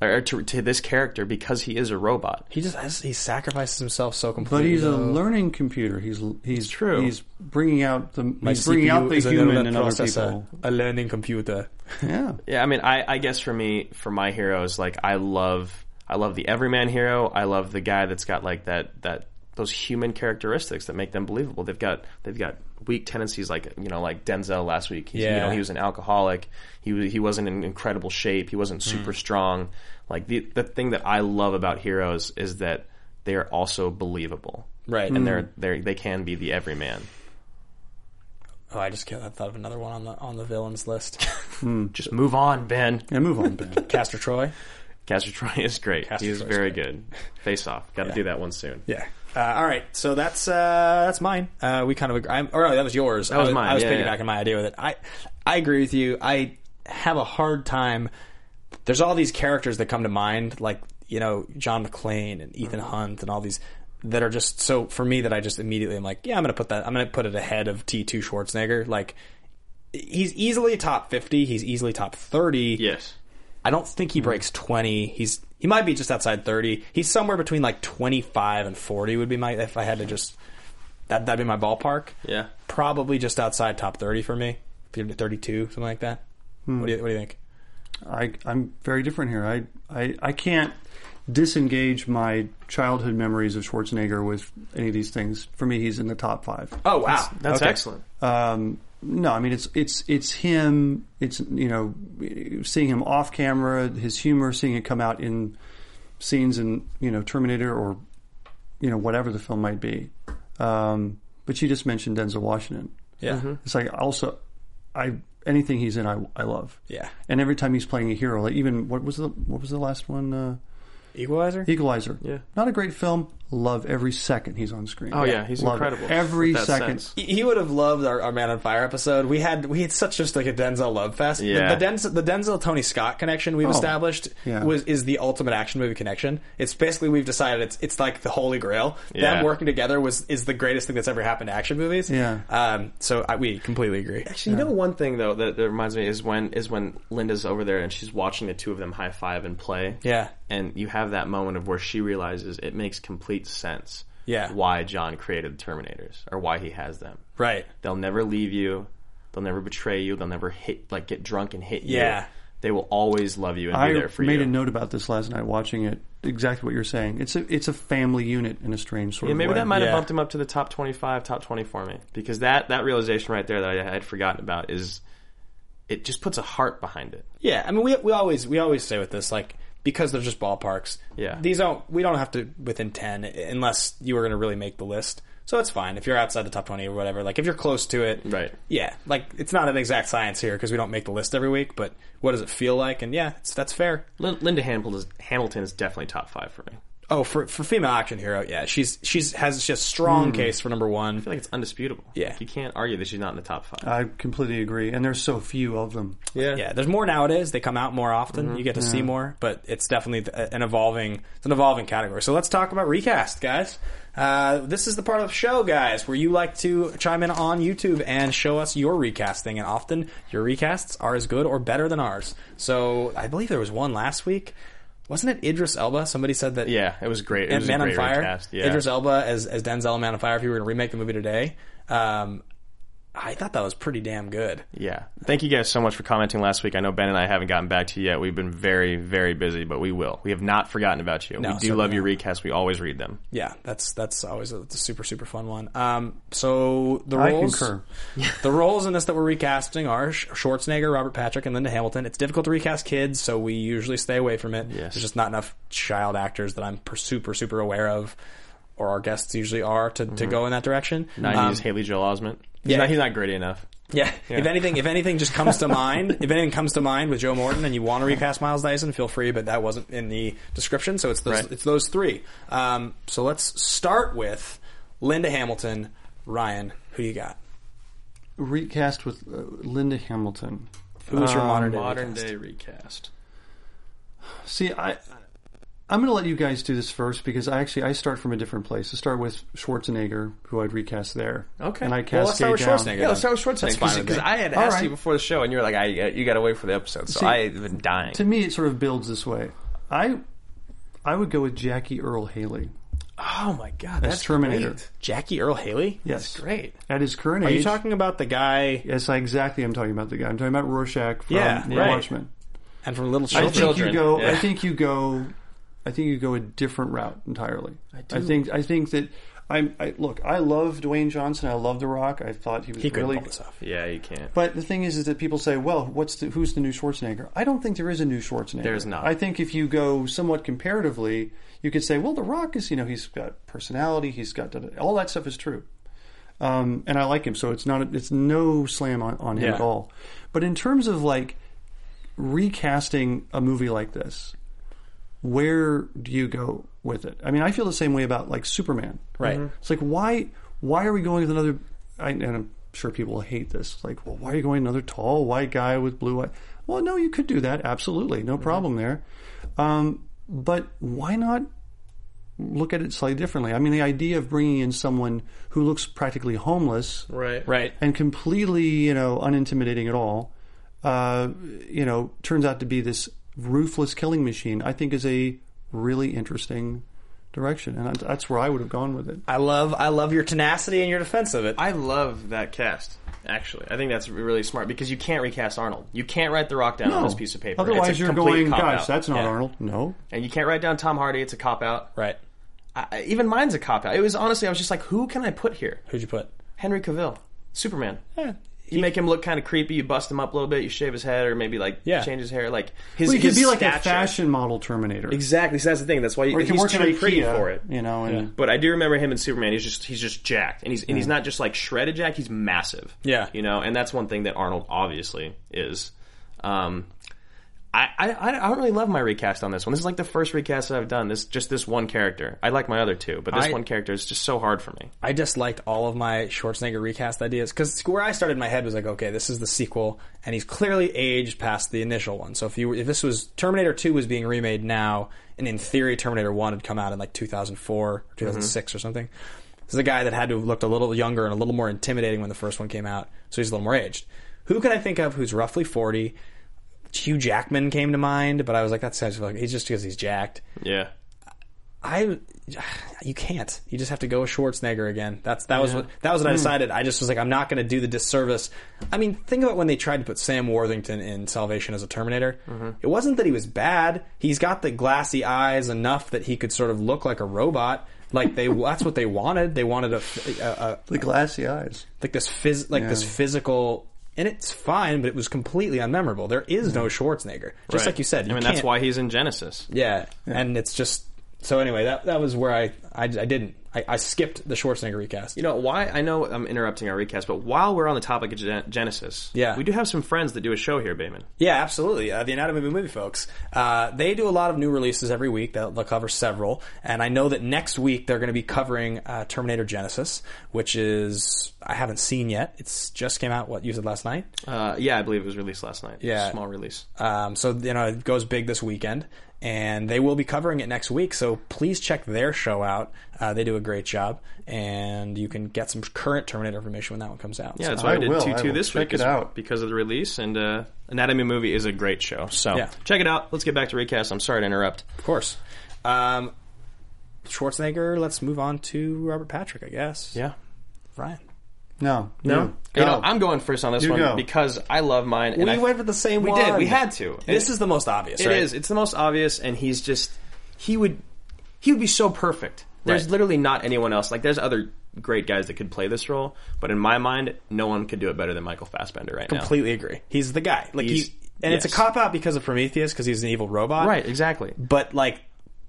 or to, to this character because he is a robot. he just has, he sacrifices himself so completely. But he's a though. learning computer. He's he's True. He's bringing out the My he's bringing out CPU the is a human neural in other processor, people. A learning computer. Yeah, Yeah, I mean, I, I guess for me, for my heroes, like I love, I love the everyman hero. I love the guy that's got like that that those human characteristics that make them believable. They've got they've got weak tendencies, like you know, like Denzel last week. He's, you Yeah. know, he was an alcoholic. He wa- he wasn't in incredible shape. He wasn't super strong. Like the the thing that I love about heroes is that they are also believable, Right. Hmm. And they're they they can be the everyman. Oh, I just can't- I thought of another one on the on the villains list. Just move on, Ben. and move on. Ben. Castor Troy. Castor Troy is great. Castor he is Troy is very great. good. Face off. Got to do that one soon. Yeah. Uh, all right. So that's uh, that's mine. Uh, we kind of agree. I'm, or no, that was yours. That was I mine. I was Yeah, piggybacking yeah. my idea with it. I I agree with you. I have a hard time. There's all these characters that come to mind, like you know John McClane and Ethan Mm-hmm. Hunt and all these that are just so for me that I just immediately am like, yeah, I'm gonna put that. I'm gonna put it ahead of T2 Schwarzenegger. Like he's easily top 50. He's easily top 30. Yes. I don't think Hmm. he breaks 20. He's he might be just outside 30. He's somewhere between like 25 and 40 would be my if I had to just that that'd be my ballpark. Yeah. Probably just outside top 30 for me. 32, something like that. Hmm. What do you what do you think? I, I'm very different here. I, I, I can't disengage my childhood memories of Schwarzenegger with any of these things. For me, he's in the top five. Oh wow. That's excellent. Um, no, I mean it's it's it's him. It's you know seeing him off camera, his humor, seeing it come out in scenes in you know Terminator or you know whatever the film might be. Um, but you just mentioned Denzel Washington. Yeah. It's like also I anything he's in, I, I love. Yeah. And every time he's playing a hero, like even what was the what was the last one? Uh, Equalizer. Equalizer. Yeah. Not a great film. Love every second he's on screen. Oh, yeah, he's Love it. incredible Every with that second. sense. He he would have loved our, our Man on Fire episode. We had we had such just like a Denzel love fest. The- Yeah. Oh, The, Denzel the Denzel Tony Scott connection we've established yeah. was is the ultimate action movie connection. It's basically we've decided it's it's like the holy grail. Yeah. Them working together was is the greatest thing that's ever happened to action movies. Yeah. Um. So I, we completely agree. Actually, you know one thing though that, that reminds me is when is when Linda's over there and she's watching the two of them high five and play. Yeah. and you have that moment of where she realizes it makes complete sense. Yeah. why John created the Terminators or why he has them. Right. They'll never leave you. They'll never betray you. They'll never hit like get drunk and hit you. Yeah. They will always love you and I be there for made you. a note about this last night watching it. Exactly what you're saying. It's a it's a family unit in a strange sort Yeah, of maybe way. that might Yeah. have bumped him up to the top 25, top 20 for me. Because that, that realization right there that I had forgotten about is it just puts a heart behind it. Yeah, I mean, we we always we always say with this like because they're just ballparks. Yeah. these don't we don't have to within ten unless you were going to really make the list. So it's fine if you're outside the top twenty or whatever. Like if you're close to it, Right. Yeah, like it's not an exact science here because we don't make the list every week. But what does it feel like? And yeah, it's, that's fair. Lin- Linda Hamilton is, Hamilton is definitely top five for me. I Oh, for for female action hero, yeah, she's she's has just strong case for number one. feel like it's undisputable. Yeah. Uh, Like, you can't argue that she's not in the top five. I completely agree. And there's so few of them. yeah there's more nowadays they come out more often Mm-hmm. you get to see more but it's definitely th- an evolving it's an evolving category so let's talk about recast guys uh, this is the part of the show guys where you like to chime in on youtube and show us your recasting and often your recasts are as good or better than ours so i believe there was one last week wasn't it Idris Elba? Somebody said that. Yeah, it was great. It and was a Man on great Fire. recast, yeah. Idris Elba as as Denzel in Man on Fire. If you were going to remake the movie today, um, I thought that was pretty damn good. Yeah. Thank you guys so much for commenting last week. I know Ben and I haven't gotten back to you yet. We've been very, very busy, but we will. We have not forgotten about you. No, we do certainly love your recasts. We always read them. yeah, that's that's always a, it's a super super fun one. Um, so the I roles, concur. the roles in this that we're recasting are Sch- Schwarzenegger, Robert Patrick, and Linda Hamilton. It's difficult to recast kids, so we usually stay away from it. Yes. There's just not enough child actors that I'm per- super super aware of, or our guests usually are to, Mm-hmm. to go in that direction. 90s Haley Joel Osment. He's, Um, yeah. not, he's not gritty enough. Yeah. If anything, if anything just comes to mind, if anything comes to mind with Joe Morton and you want to recast Miles Dyson, feel free. But that wasn't in the description, so it's those, Right. it's those three. Um, so let's start with Linda Hamilton, Ryan. Who you got? Recast with uh, Linda Hamilton. Who's Um, your modern day? recast? day recast. See, I I'm going to let you guys do this first because I actually I start from a different place. I start with Schwarzenegger, who I'd recast there. Okay. And I Well, cascade let's start with down. Schwarzenegger. Yeah, let's start then. with Schwarzenegger That's fine with because me. I had All asked right. you before the show, and you were like, "I uh, you got to wait for the episode," so See, I've been dying. To me, it sort of builds this way. I I would go with Jackie Earl Haley oh my god, as Terminator. Jackie Earl Haley. Yes, great. At his current Are age, you talking about the guy yes, I exactly. I'm talking about the guy. I'm talking about Rorschach from Yeah, The right. Watchmen. and from Little I Children? think Children, you go. yeah. I think you go. I think you go a different route entirely. I, do. think. I think that. I'm. I, look, I love Dwayne Johnson. I love The Rock. I thought he was he could really. pull this off. Yeah, you can't. But the thing is, is that people say, "Well, what's the who's the new Schwarzenegger?" I don't think there is a new Schwarzenegger. There's not. I think if you go somewhat comparatively, you could say, "Well, The Rock is, you know, he's got personality. He's got da- da- all that stuff is true." Um, and I like him, so it's not. A, it's no slam on, on him Yeah. at all. But in terms of like recasting a movie like this, where do you go with it? I mean, I feel the same way about like Superman. Right. Mhm. It's like why why are we going with another? I, and I'm sure people will hate this. It's Like, well, why are you going another tall white guy with blue eye? Well, no, you could do that. Absolutely, no problem there. Um, but why not look at it slightly differently? I mean, the idea of bringing in someone who looks practically homeless, Right. Right. and completely, you know, unintimidating at all, uh, you know, turns out to be this ruthless killing machine, I think is a really interesting direction. And I- that's where I would have gone with it. I love I love your tenacity and your defense of it. I love that cast. Actually, I think that's really smart because you can't recast Arnold. You can't write The Rock down on this piece of paper. Otherwise, It's a you're complete going, cop gosh, out. that's not Yeah. Arnold. No. And you can't write down Tom Hardy. It's a cop out. right. I, I- even mine's a cop out. It was honestly, I was just like, who can I put Eh. here? Who'd you put? Henry Cavill, Superman. you make him look kind of creepy. You bust him up a little bit. You shave his head, or maybe like Yeah. change his hair. Like his, Well, he could his be like stature. a fashion model Terminator. Exactly. So that's the thing. That's why you, Or he can he's work too at IKEA pretty for it. You know, and But I do remember him in Superman. He's just he's just jacked, and he's and he's not just like shredded jacked. He's massive. Yeah. you know, and that's one thing that Arnold obviously is. Um, I, I I don't really love my recast on this one. This is like the first recast that I've done. This just this one character. I like my other two, but this I- one character is just so hard for me. I disliked all of my Schwarzenegger recast ideas because where I started in my head was like, okay, this is the sequel, and he's clearly aged past the initial one. So if you if this was Terminator Two was being remade now, and in theory Terminator One had come out in like 2004, or 2006 or something, this is a guy that had to have looked a little younger and a little more intimidating when the first one came out. So he's a little more aged. Who can I think of who's roughly 40? Hugh Jackman came to mind, but I was like, that sounds like he's just because he's jacked. Yeah, I you can't. You just have to go with Schwarzenegger again. That's that was what that was Hmm. what I decided. I just was like, I'm not going to do the disservice. I mean, think about when they tried to put Sam Worthington in Salvation as a Terminator. Mm-hmm. It wasn't that he was bad. He's got the glassy eyes enough that he could sort of look like a robot. Like they, that's what they wanted. They wanted a, a, a the glassy eyes. like this phys, like this Yeah. physical. And it's fine, but it was completely unmemorable. There is no Schwarzenegger, just Hmm. Right. like you said. You I mean, that's can't- why he's in Genesis. yeah. And it's just so anyway, that that was where I I, I didn't. I, I skipped the Schwarzenegger recast. You know why? I know I'm interrupting our recast, but while we're on the topic of Gen- Genesis, Yeah. we do have some friends that do a show here, Bayman. yeah, absolutely. Uh, the Anatomy of a Movie folks. Uh, they do a lot of new releases every week. They'll, they'll cover several. And I know that next week they're going to be covering uh, Terminator Genesis, which is, I haven't seen yet. It's just came out, what, you said last night? Uh, yeah, I believe it was released last night. Yeah. small release. Um, so you know it goes big this weekend, and they will be covering it next week. So please check their show out. Uh, they do a great job, and you can get some current Terminator information when that one comes out. Yeah, So- that's why I, I did will, two I two will. this Check week it is out. because of the release and uh, Anatomy of a Movie is a great show. So Yeah. check it out. Let's get back to recast. I'm sorry to interrupt. Of course. Um, Schwarzenegger, let's move on to Robert Patrick, I guess. Yeah. Ryan. No, No, you. you know, Go. I'm going first on this You one go. because I love mine. And we I- went with the same We one. did. We had to. This And- is the most obvious, It is. right? It's the most obvious, and he's just he would he would be so perfect. There's Right. literally not anyone else. Like there's other great guys that could play this role, but in my mind, no one could do it better than Michael Fassbender right now. Completely agree. He's the guy. Like He's- he, and it's yes. a cop out because of Prometheus, because he's an evil robot. Right. Exactly. but like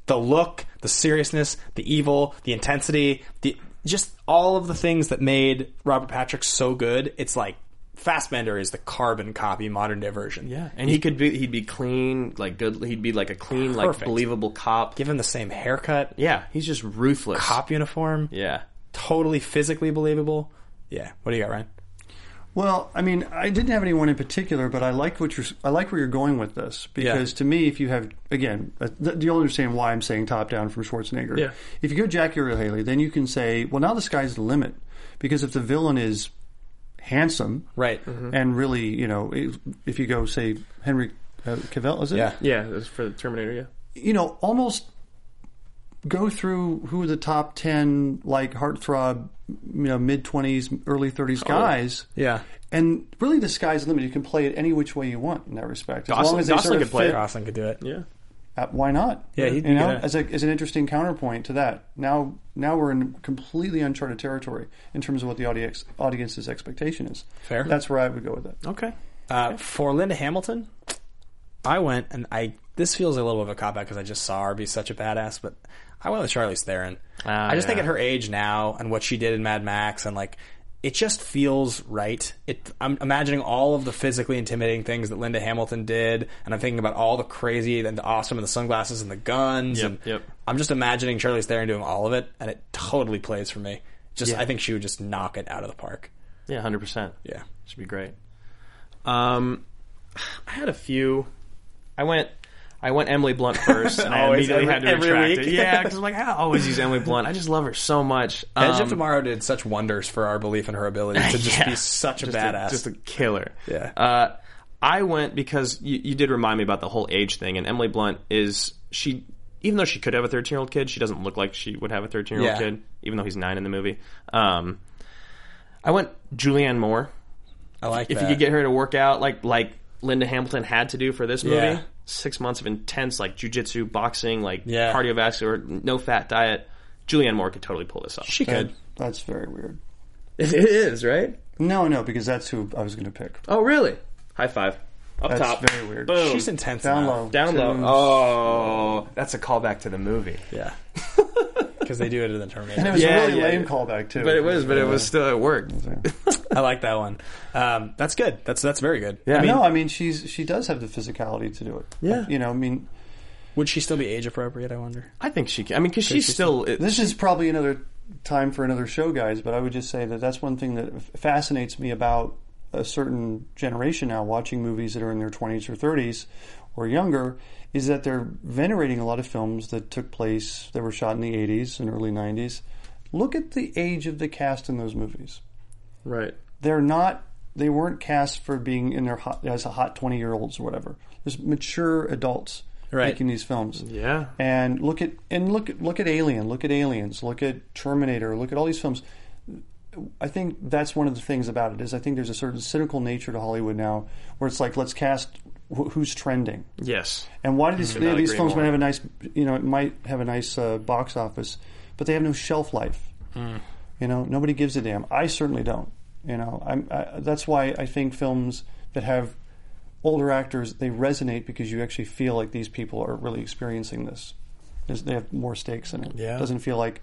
the look, the seriousness, the evil, the intensity, the just all of the things that made Robert Patrick so good. It's like Fassbender is the carbon copy modern day version. Yeah, and he could be he'd be clean, like good. He'd be like a clean, like Perfect. believable cop. Give him the same haircut, yeah, he's just ruthless. cop uniform, Yeah. totally physically believable. Yeah. What do you got, Ryan? Well, I mean, I didn't have anyone in particular, but I like what you're. I like where you're going with this because to me, if you have again, uh, th- you'll understand why I'm saying top down from Schwarzenegger. Yeah. If you go Jackie Earl Haley, then you can say, well, now the sky's the limit because if the villain is handsome, Right. and really, you know, if- if you go say Henry uh, Cavill, is it? Yeah. Yeah, that's for the Terminator. Yeah. you know, almost go through who are the top 10 like heartthrob, you know, mid 20s, early 30s guys. Oh, Yeah. And really the sky's the limit. You can play it any which way you want in that respect. As Gosling- long as they Gosling sort of could play fit- it. Gosling could do it. Yeah. uh, why not? Yeah, he'd you know, be good. as, a, as an interesting counterpoint to that. Now, now we're in completely uncharted territory in terms of what the audience audience's expectation is. Fair. That's where I would go with it. Okay. Uh, for Linda Hamilton, I went and I. This feels a little bit of a cop out because I just saw her be such a badass, but I went with Charlize Theron. I just think Ah, yeah. at her age now and what she did in Mad Max and like. It just feels right. It, I'm imagining all of the physically intimidating things that Linda Hamilton did, and I'm thinking about all the crazy and the awesome and the sunglasses and the guns. Yep, and yep. I'm just imagining Charlize Theron doing all of it, and it totally plays for me. Just, I think she would just knock it out of the park. Yeah, hundred percent. Yeah. Should be great. Um, I had a few. I went. I went Emily Blunt first, and I Always, immediately every- had to every retract week. it. Yeah, because I'm like, I always use Emily Blunt. I just love her so much. Edge Um, of Tomorrow did such wonders for our belief in her ability to just yeah. be such a Just badass. just a killer. Yeah. Uh, I went because you, you did remind me about the whole age thing, and Emily Blunt is she. Even though she could have a thirteen-year-old kid, she doesn't look like she would have a thirteen-year-old Yeah. kid. Even though he's nine in the movie, um, I went Julianne Moore. I like if that. you could get her to work out like like Linda Hamilton had to do for this movie. Yeah. Six months of intense like jujitsu, boxing, like Yeah. cardiovascular, no fat diet. Julianne Moore could totally pull this off. she could. That's very weird. It is right. No, no, because that's who I was going to pick. Oh, really? High five. Up That's top. very weird. Boom. She's intense. Down now. low. Down low. Two. Oh, that's a callback to the movie. Yeah. Because they do it in the And it Terminator. was Yeah, a really yeah, lame yeah. callback too. But it was, but it was still, it worked. I like that one. Um, that's good. That's that's very good. Yeah. no, I mean she's she does have the physicality to do it. Yeah. you know, I mean Would she still be age appropriate? I wonder. I think she can. I mean, because she's still. It, this is probably another time for another show, guys. But I would just say that that's one thing that f- fascinates me about a certain generation now watching movies that are in their twenties or thirties or younger is that they're venerating a lot of films that took place that were shot in the eighties and early nineties. Look at the age of the cast in those movies. right. they're not they weren't cast for being in their hot, as a hot 20 year olds or whatever there's mature adults Right. making these films Yeah. and look at and look at look at alien look at aliens look at terminator look at all these films i think that's one of the things about it is i think there's a certain cynical nature to hollywood now where it's like let's cast wh- who's trending Yes. and why do these, Mm-hmm. not these agree films more. might have a nice, you know, it might have a nice uh, box office, but they have no shelf life. Mm. You know, nobody gives a damn. I certainly don't. You know, I'm, I, that's why I think films that have older actors they resonate because you actually feel like these people are really experiencing this. There's, they have more stakes in it. Yeah. It doesn't feel like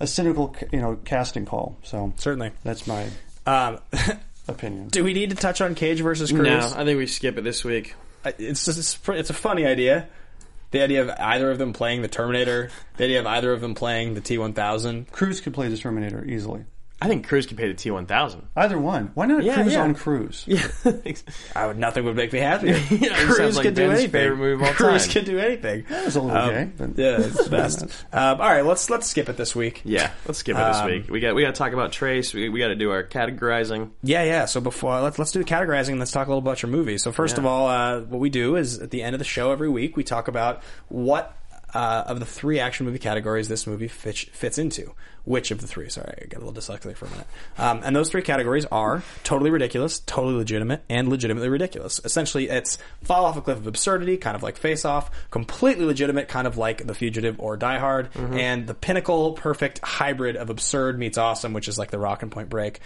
a cynical, ca- you know, casting call. So Certainly. that's my Um, opinion. do we need to touch on Cage versus Cruz? No, I think we skip it this week. I- it's just, it's, pr- it's a funny idea. The idea of either of them playing the Terminator, the idea of either of them playing the T one thousand. Cruz could play the Terminator easily. I think Cruz could pay the T one thousand. Either one. Why not Cruz yeah. on Cruz? Yeah. I would nothing would make me happier. it sounds like Ben's favorite move of all Cruz time. could do anything. That was a little gay, but- Um, yeah, it's the best. um, all right, let's let's skip it this week. Yeah, let's skip it this Um, week. We got we got to talk about Trace. We, we got to do our categorizing. Yeah, yeah. So before let's let's do the categorizing and let's talk a little about your movies. So first of all, uh, what we do is at the end of the show every week we talk about what uh, of the three action movie categories this movie fits, fits into. Which of the three? Sorry, I got a little dyslexic for a minute. Um, and those three categories are totally ridiculous, totally legitimate, and legitimately ridiculous. Essentially, it's fall off a cliff of absurdity, kind of like Face Off, completely legitimate, kind of like The Fugitive or Die Hard, Mm-hmm. and the pinnacle, perfect hybrid of absurd meets awesome, which is like The Rock and Point Break,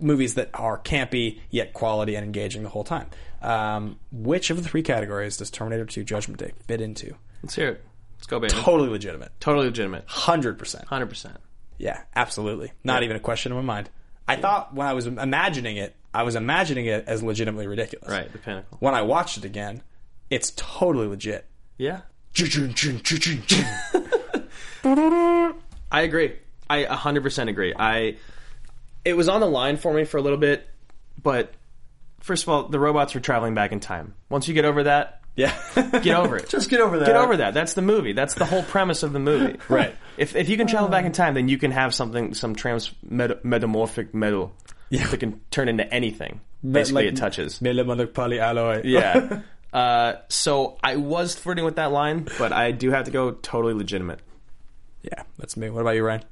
movies that are campy yet quality and engaging the whole time. Um, which of the three categories does Terminator 2 Judgment Day fit into? Let's hear it. Let's go, baby. Totally legitimate, Totally legitimate. hundred percent. Hundred percent. Yeah, absolutely. Not even a question in my mind. I thought when I was imagining it, I was imagining it as legitimately ridiculous. Right, the pinnacle. When I watched it again, it's totally legit. Yeah. I agree. I 100% agree. I it was on the line for me for a little bit, but first of all, the robots were traveling back in time. Once you get over that, Yeah. get over it. Just get over that. Get over that. That's the movie. That's the whole premise of the movie. Right. If if you can travel back in time, then you can have something some trans met, metamorphic metal that can turn into anything. Basically, like- it touches. Melamonic polyalloy. Yeah. Uh, so I was flirting with that line, but I do have to go totally legitimate. Yeah, that's me. What about you, Ryan?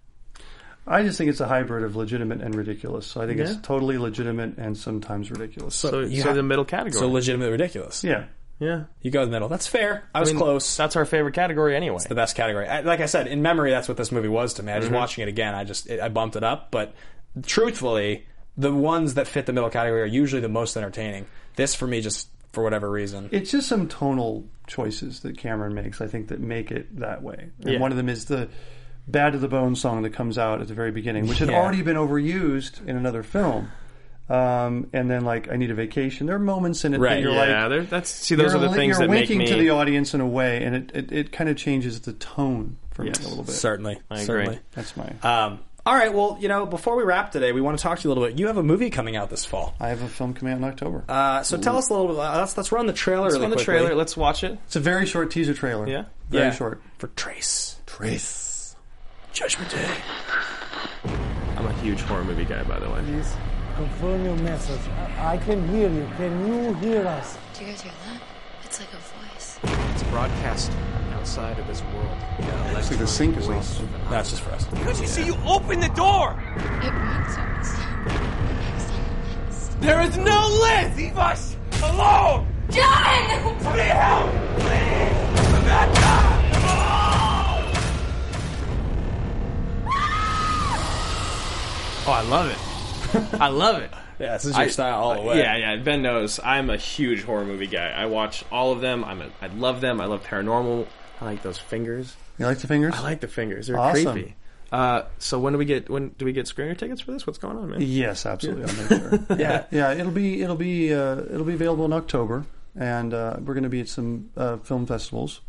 I just think it's a hybrid of legitimate and ridiculous. So I think it's totally legitimate and sometimes ridiculous. So, you so have- the middle category. So legitimately ridiculous. yeah, yeah. You go to the middle. That's fair. I was I mean, close. That's our favorite category anyway. the best category. I, like I said, in memory, that's what this movie was to me. I Mm-hmm. just watching it again, I just it, I bumped it up. But truthfully, the ones that fit the middle category are usually the most entertaining. This for me, just for whatever reason, it's just some tonal choices that Cameron makes. I think that make it that way. And Yeah. one of them is the "Bad to the Bone" song that comes out at the very beginning, which had Yeah. already been overused in another film. Um, and then like "I Need a Vacation." There are moments in it Right, that you're yeah, like, there- that's see, those are you're, the li- things you're that make winking me. to the audience in a way, and it it, it kind of changes the tone for me a little bit. certainly, agree. certainly. That's my. Um, all right, well, you know, before we wrap today, we want to talk to you a little bit. You have a movie coming out this fall, I have a film coming out in October. uh, so tell us a little bit. uh, Let's let's run the trailer. Let's really run the quickly. trailer. Let's watch it. it's a very short teaser trailer. Yeah. very Yeah. short. for Trace. Trace. Judgment Day. I'm a huge horror movie guy, by the way. Confirm your message. I, I can hear you. Can you hear us? Do you guys hear that? It's like a voice. broadcast outside of this world. Actually, the sink is awesome. That's just for us. Because you see, you open the door. It makes sense. It makes sense. There is no Liz. Leave us alone. John! Somebody help, please. Amanda. Oh, I love it. I love it. Yeah, this is your I- style all the way. Yeah, yeah. Ben knows I'm a huge horror movie guy. I watch all of them. I'm a, I love them. I love paranormal. I like those fingers. You like the fingers? I like the fingers. They're Awesome. creepy. Uh, so when do we get when do we get screener tickets for this? What's going on, man? Yes, absolutely. I'll make sure. yeah, yeah. It'll be it'll be uh, it'll be available in October, and uh, we're going to be at some uh, film festivals,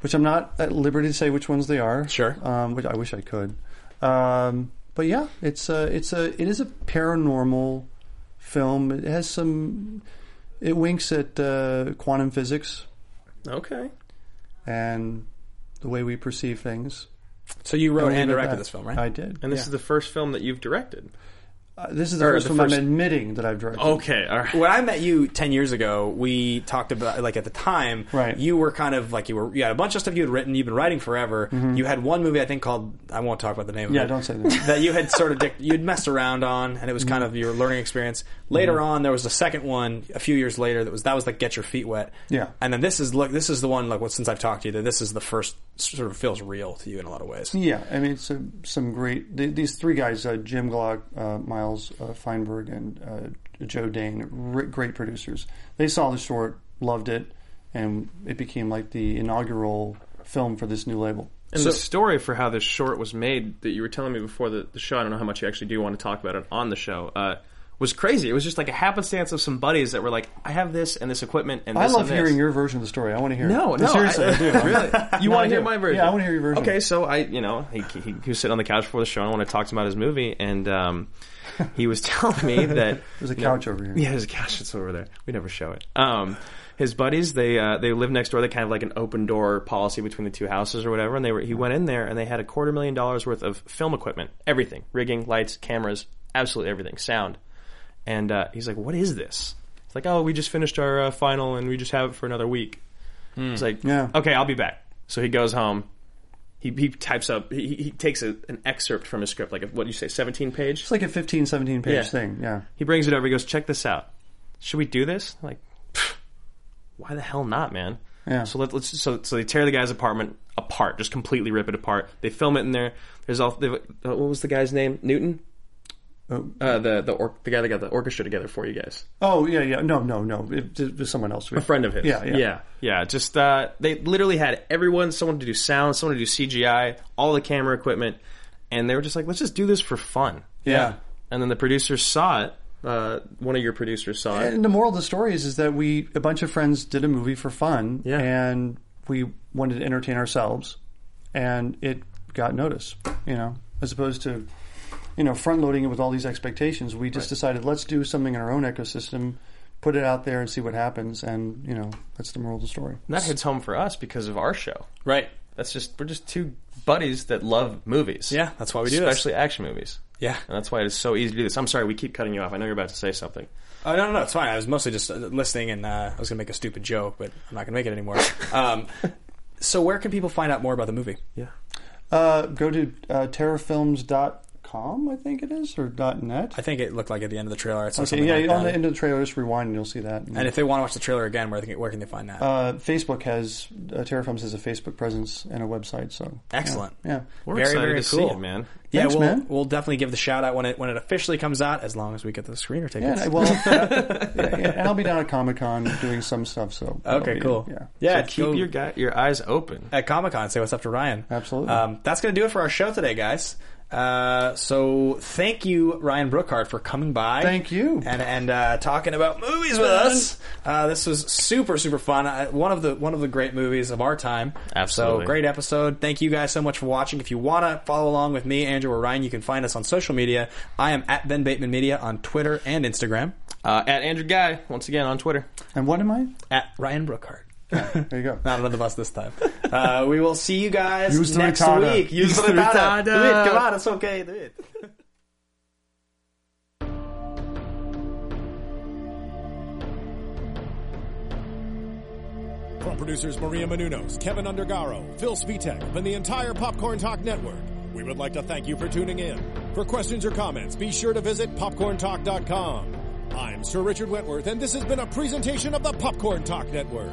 which I'm not at liberty to say which ones they are. Sure. Um, which I wish I could. Um, but yeah, it's a it's a it is a paranormal film. It has some. It winks at uh, quantum physics Okay. and the way we perceive things. So you wrote I'll leave and it at directed that. this film, right? I did. And this is the first film that you've directed. Uh, this is the or first the one first- I'm admitting that I've directed. Okay. All right. when I met you ten years ago, we talked about like at the time, Right. You were kind of like you were you had a bunch of stuff you had written, you've been writing forever. You had one movie I think called I won't talk about the name. Mm-hmm. Yeah, of it, don't say that. Mm-hmm. That you had sort of dick, you'd messed around on, and it was kind of your learning experience. Later on, there was a second one a few years later that was that was like Get Your Feet Wet. Yeah. and then this is look this is the one like what since I've talked to you that this is the first sort of feels real to you in a lot of ways. Yeah, I mean, it's a, some great. th these three guys, uh, Jim Glock, uh, Miles uh, Feinberg, and uh, Joe Dane, r- great producers. They saw the short, loved it, and it became like the inaugural film for this new label. And the story for how this short was made that you were telling me before the, the show, I don't know how much you actually do want to talk about it on the show, uh, was crazy. It was just like a happenstance of some buddies that were like, I have this and this equipment and I this love and this." hearing your version of the story. I want to hear. No, it. no, seriously, I- I do. really? You No, want I to hear do. my Yeah, version? I wanna hear your version. Okay, so I, you know, he, he, he was sitting on the couch before the show. and I want to talk to him about his movie, and um, he was telling me that There's a couch over here. yeah, there's a couch that's over there. We never show it. Um, his buddies, they uh, they live next door. They kind of like an open door policy between the two houses or whatever. And they were he went in there and they had a quarter million dollars worth of film equipment, everything, rigging, lights, cameras, absolutely everything, sound. And uh, he's like, "What is this?" It's like, "Oh, we just finished our uh, final and we just have it for another week." He's like, Yeah. okay, I'll be back." So he goes home. He, he types up. He, he takes a, an excerpt from his script, like a, what do you say, seventeen page? It's like a 15, 17 page Yeah. thing. Yeah, He brings it over. He goes, "Check this out. Should we do this?" I'm like, "Pfft, why the hell not, man? Yeah. So let, let's so so they tear the guy's apartment apart, just completely rip it apart. They film it in there. There's all the, uh, what was the guy's name? Newton. Oh. Uh, the the or, the guy that got the orchestra together for you guys, Oh yeah, yeah. No, no, no. It, it was someone else. a friend of his. Yeah, yeah. yeah, yeah. Just uh, they literally had everyone, someone to do sound, someone to do CGI, all the camera equipment, and they were just like, let's just do this for fun. Yeah. And then the producers saw it. Uh, one of your producers saw it. And the moral of the story is, is that we a bunch of friends did a movie for fun, Yeah. and we wanted to entertain ourselves, and it got noticed. You know, as opposed to you know front loading it with all these expectations, we just decided let's do something in our own ecosystem, put it out there, and see what happens. And you know, that's the moral of the story. And that hits home for us because of our show. Right? That's just we're just two buddies that love movies. Yeah, that's why we do this. especially action movies. Yeah. and that's why it's so easy to do this. I'm sorry, we keep cutting you off. I know you're about to say something. Oh no, no, no, it's fine. I was mostly just uh, listening, and uh, I was going to make a stupid joke, but I'm not going to make it anymore. Um, so, where can people find out more about the movie? Yeah, Uh, go to uh, terrafilms.com, I think it is, or dot .net. I think it looked like at the end of the trailer. It's Okay, something yeah, like on that. the end of the trailer, just rewind and you'll see that. and if they want to watch the trailer again, where, they can- where can they find that? uh, Facebook has uh, Terrafilms has a Facebook presence and a website. So yeah, Excellent. Yeah, we're Very, excited very to see cool. it, man. yeah, thanks, we'll man. we'll definitely give the shout out when it when it officially comes out, as long as we get the screener Yeah, tickets. and I- well, yeah, yeah, and I'll be down at Comic Con doing some stuff. So that'll okay, be- cool. Yeah, yeah So keep go your guy, your eyes open. at Comic Con. Say what's up to Ryan. Absolutely. Um, that's going to do it for our show today, guys. Uh, so thank you, Ryan Brookhart, for coming by. Thank you. and and uh, talking about movies with us. Uh, this was super super fun. I, one of the one of the great movies of our time. Absolutely. So great episode. Thank you guys so much for watching. If you want to follow along with me, Andrew or Ryan, you can find us on social media. I am at Ben Bateman Media on Twitter and Instagram. Uh, at Andrew Guy once again on Twitter. And what am I? At Ryan Brookhart. There you go. Not under the bus this time. Uh, we will see you guys Use the next retarder. week. Use the retarder. Do it. Come on, it's okay. Do it. From producers Maria Menunos, Kevin Undergaro, Phil Svitek, and the entire Popcorn Talk Network, we would like to thank you for tuning in. For questions or comments, be sure to visit popcorntalk.com. I'm Sir Richard Wentworth, and this has been a presentation of the Popcorn Talk Network.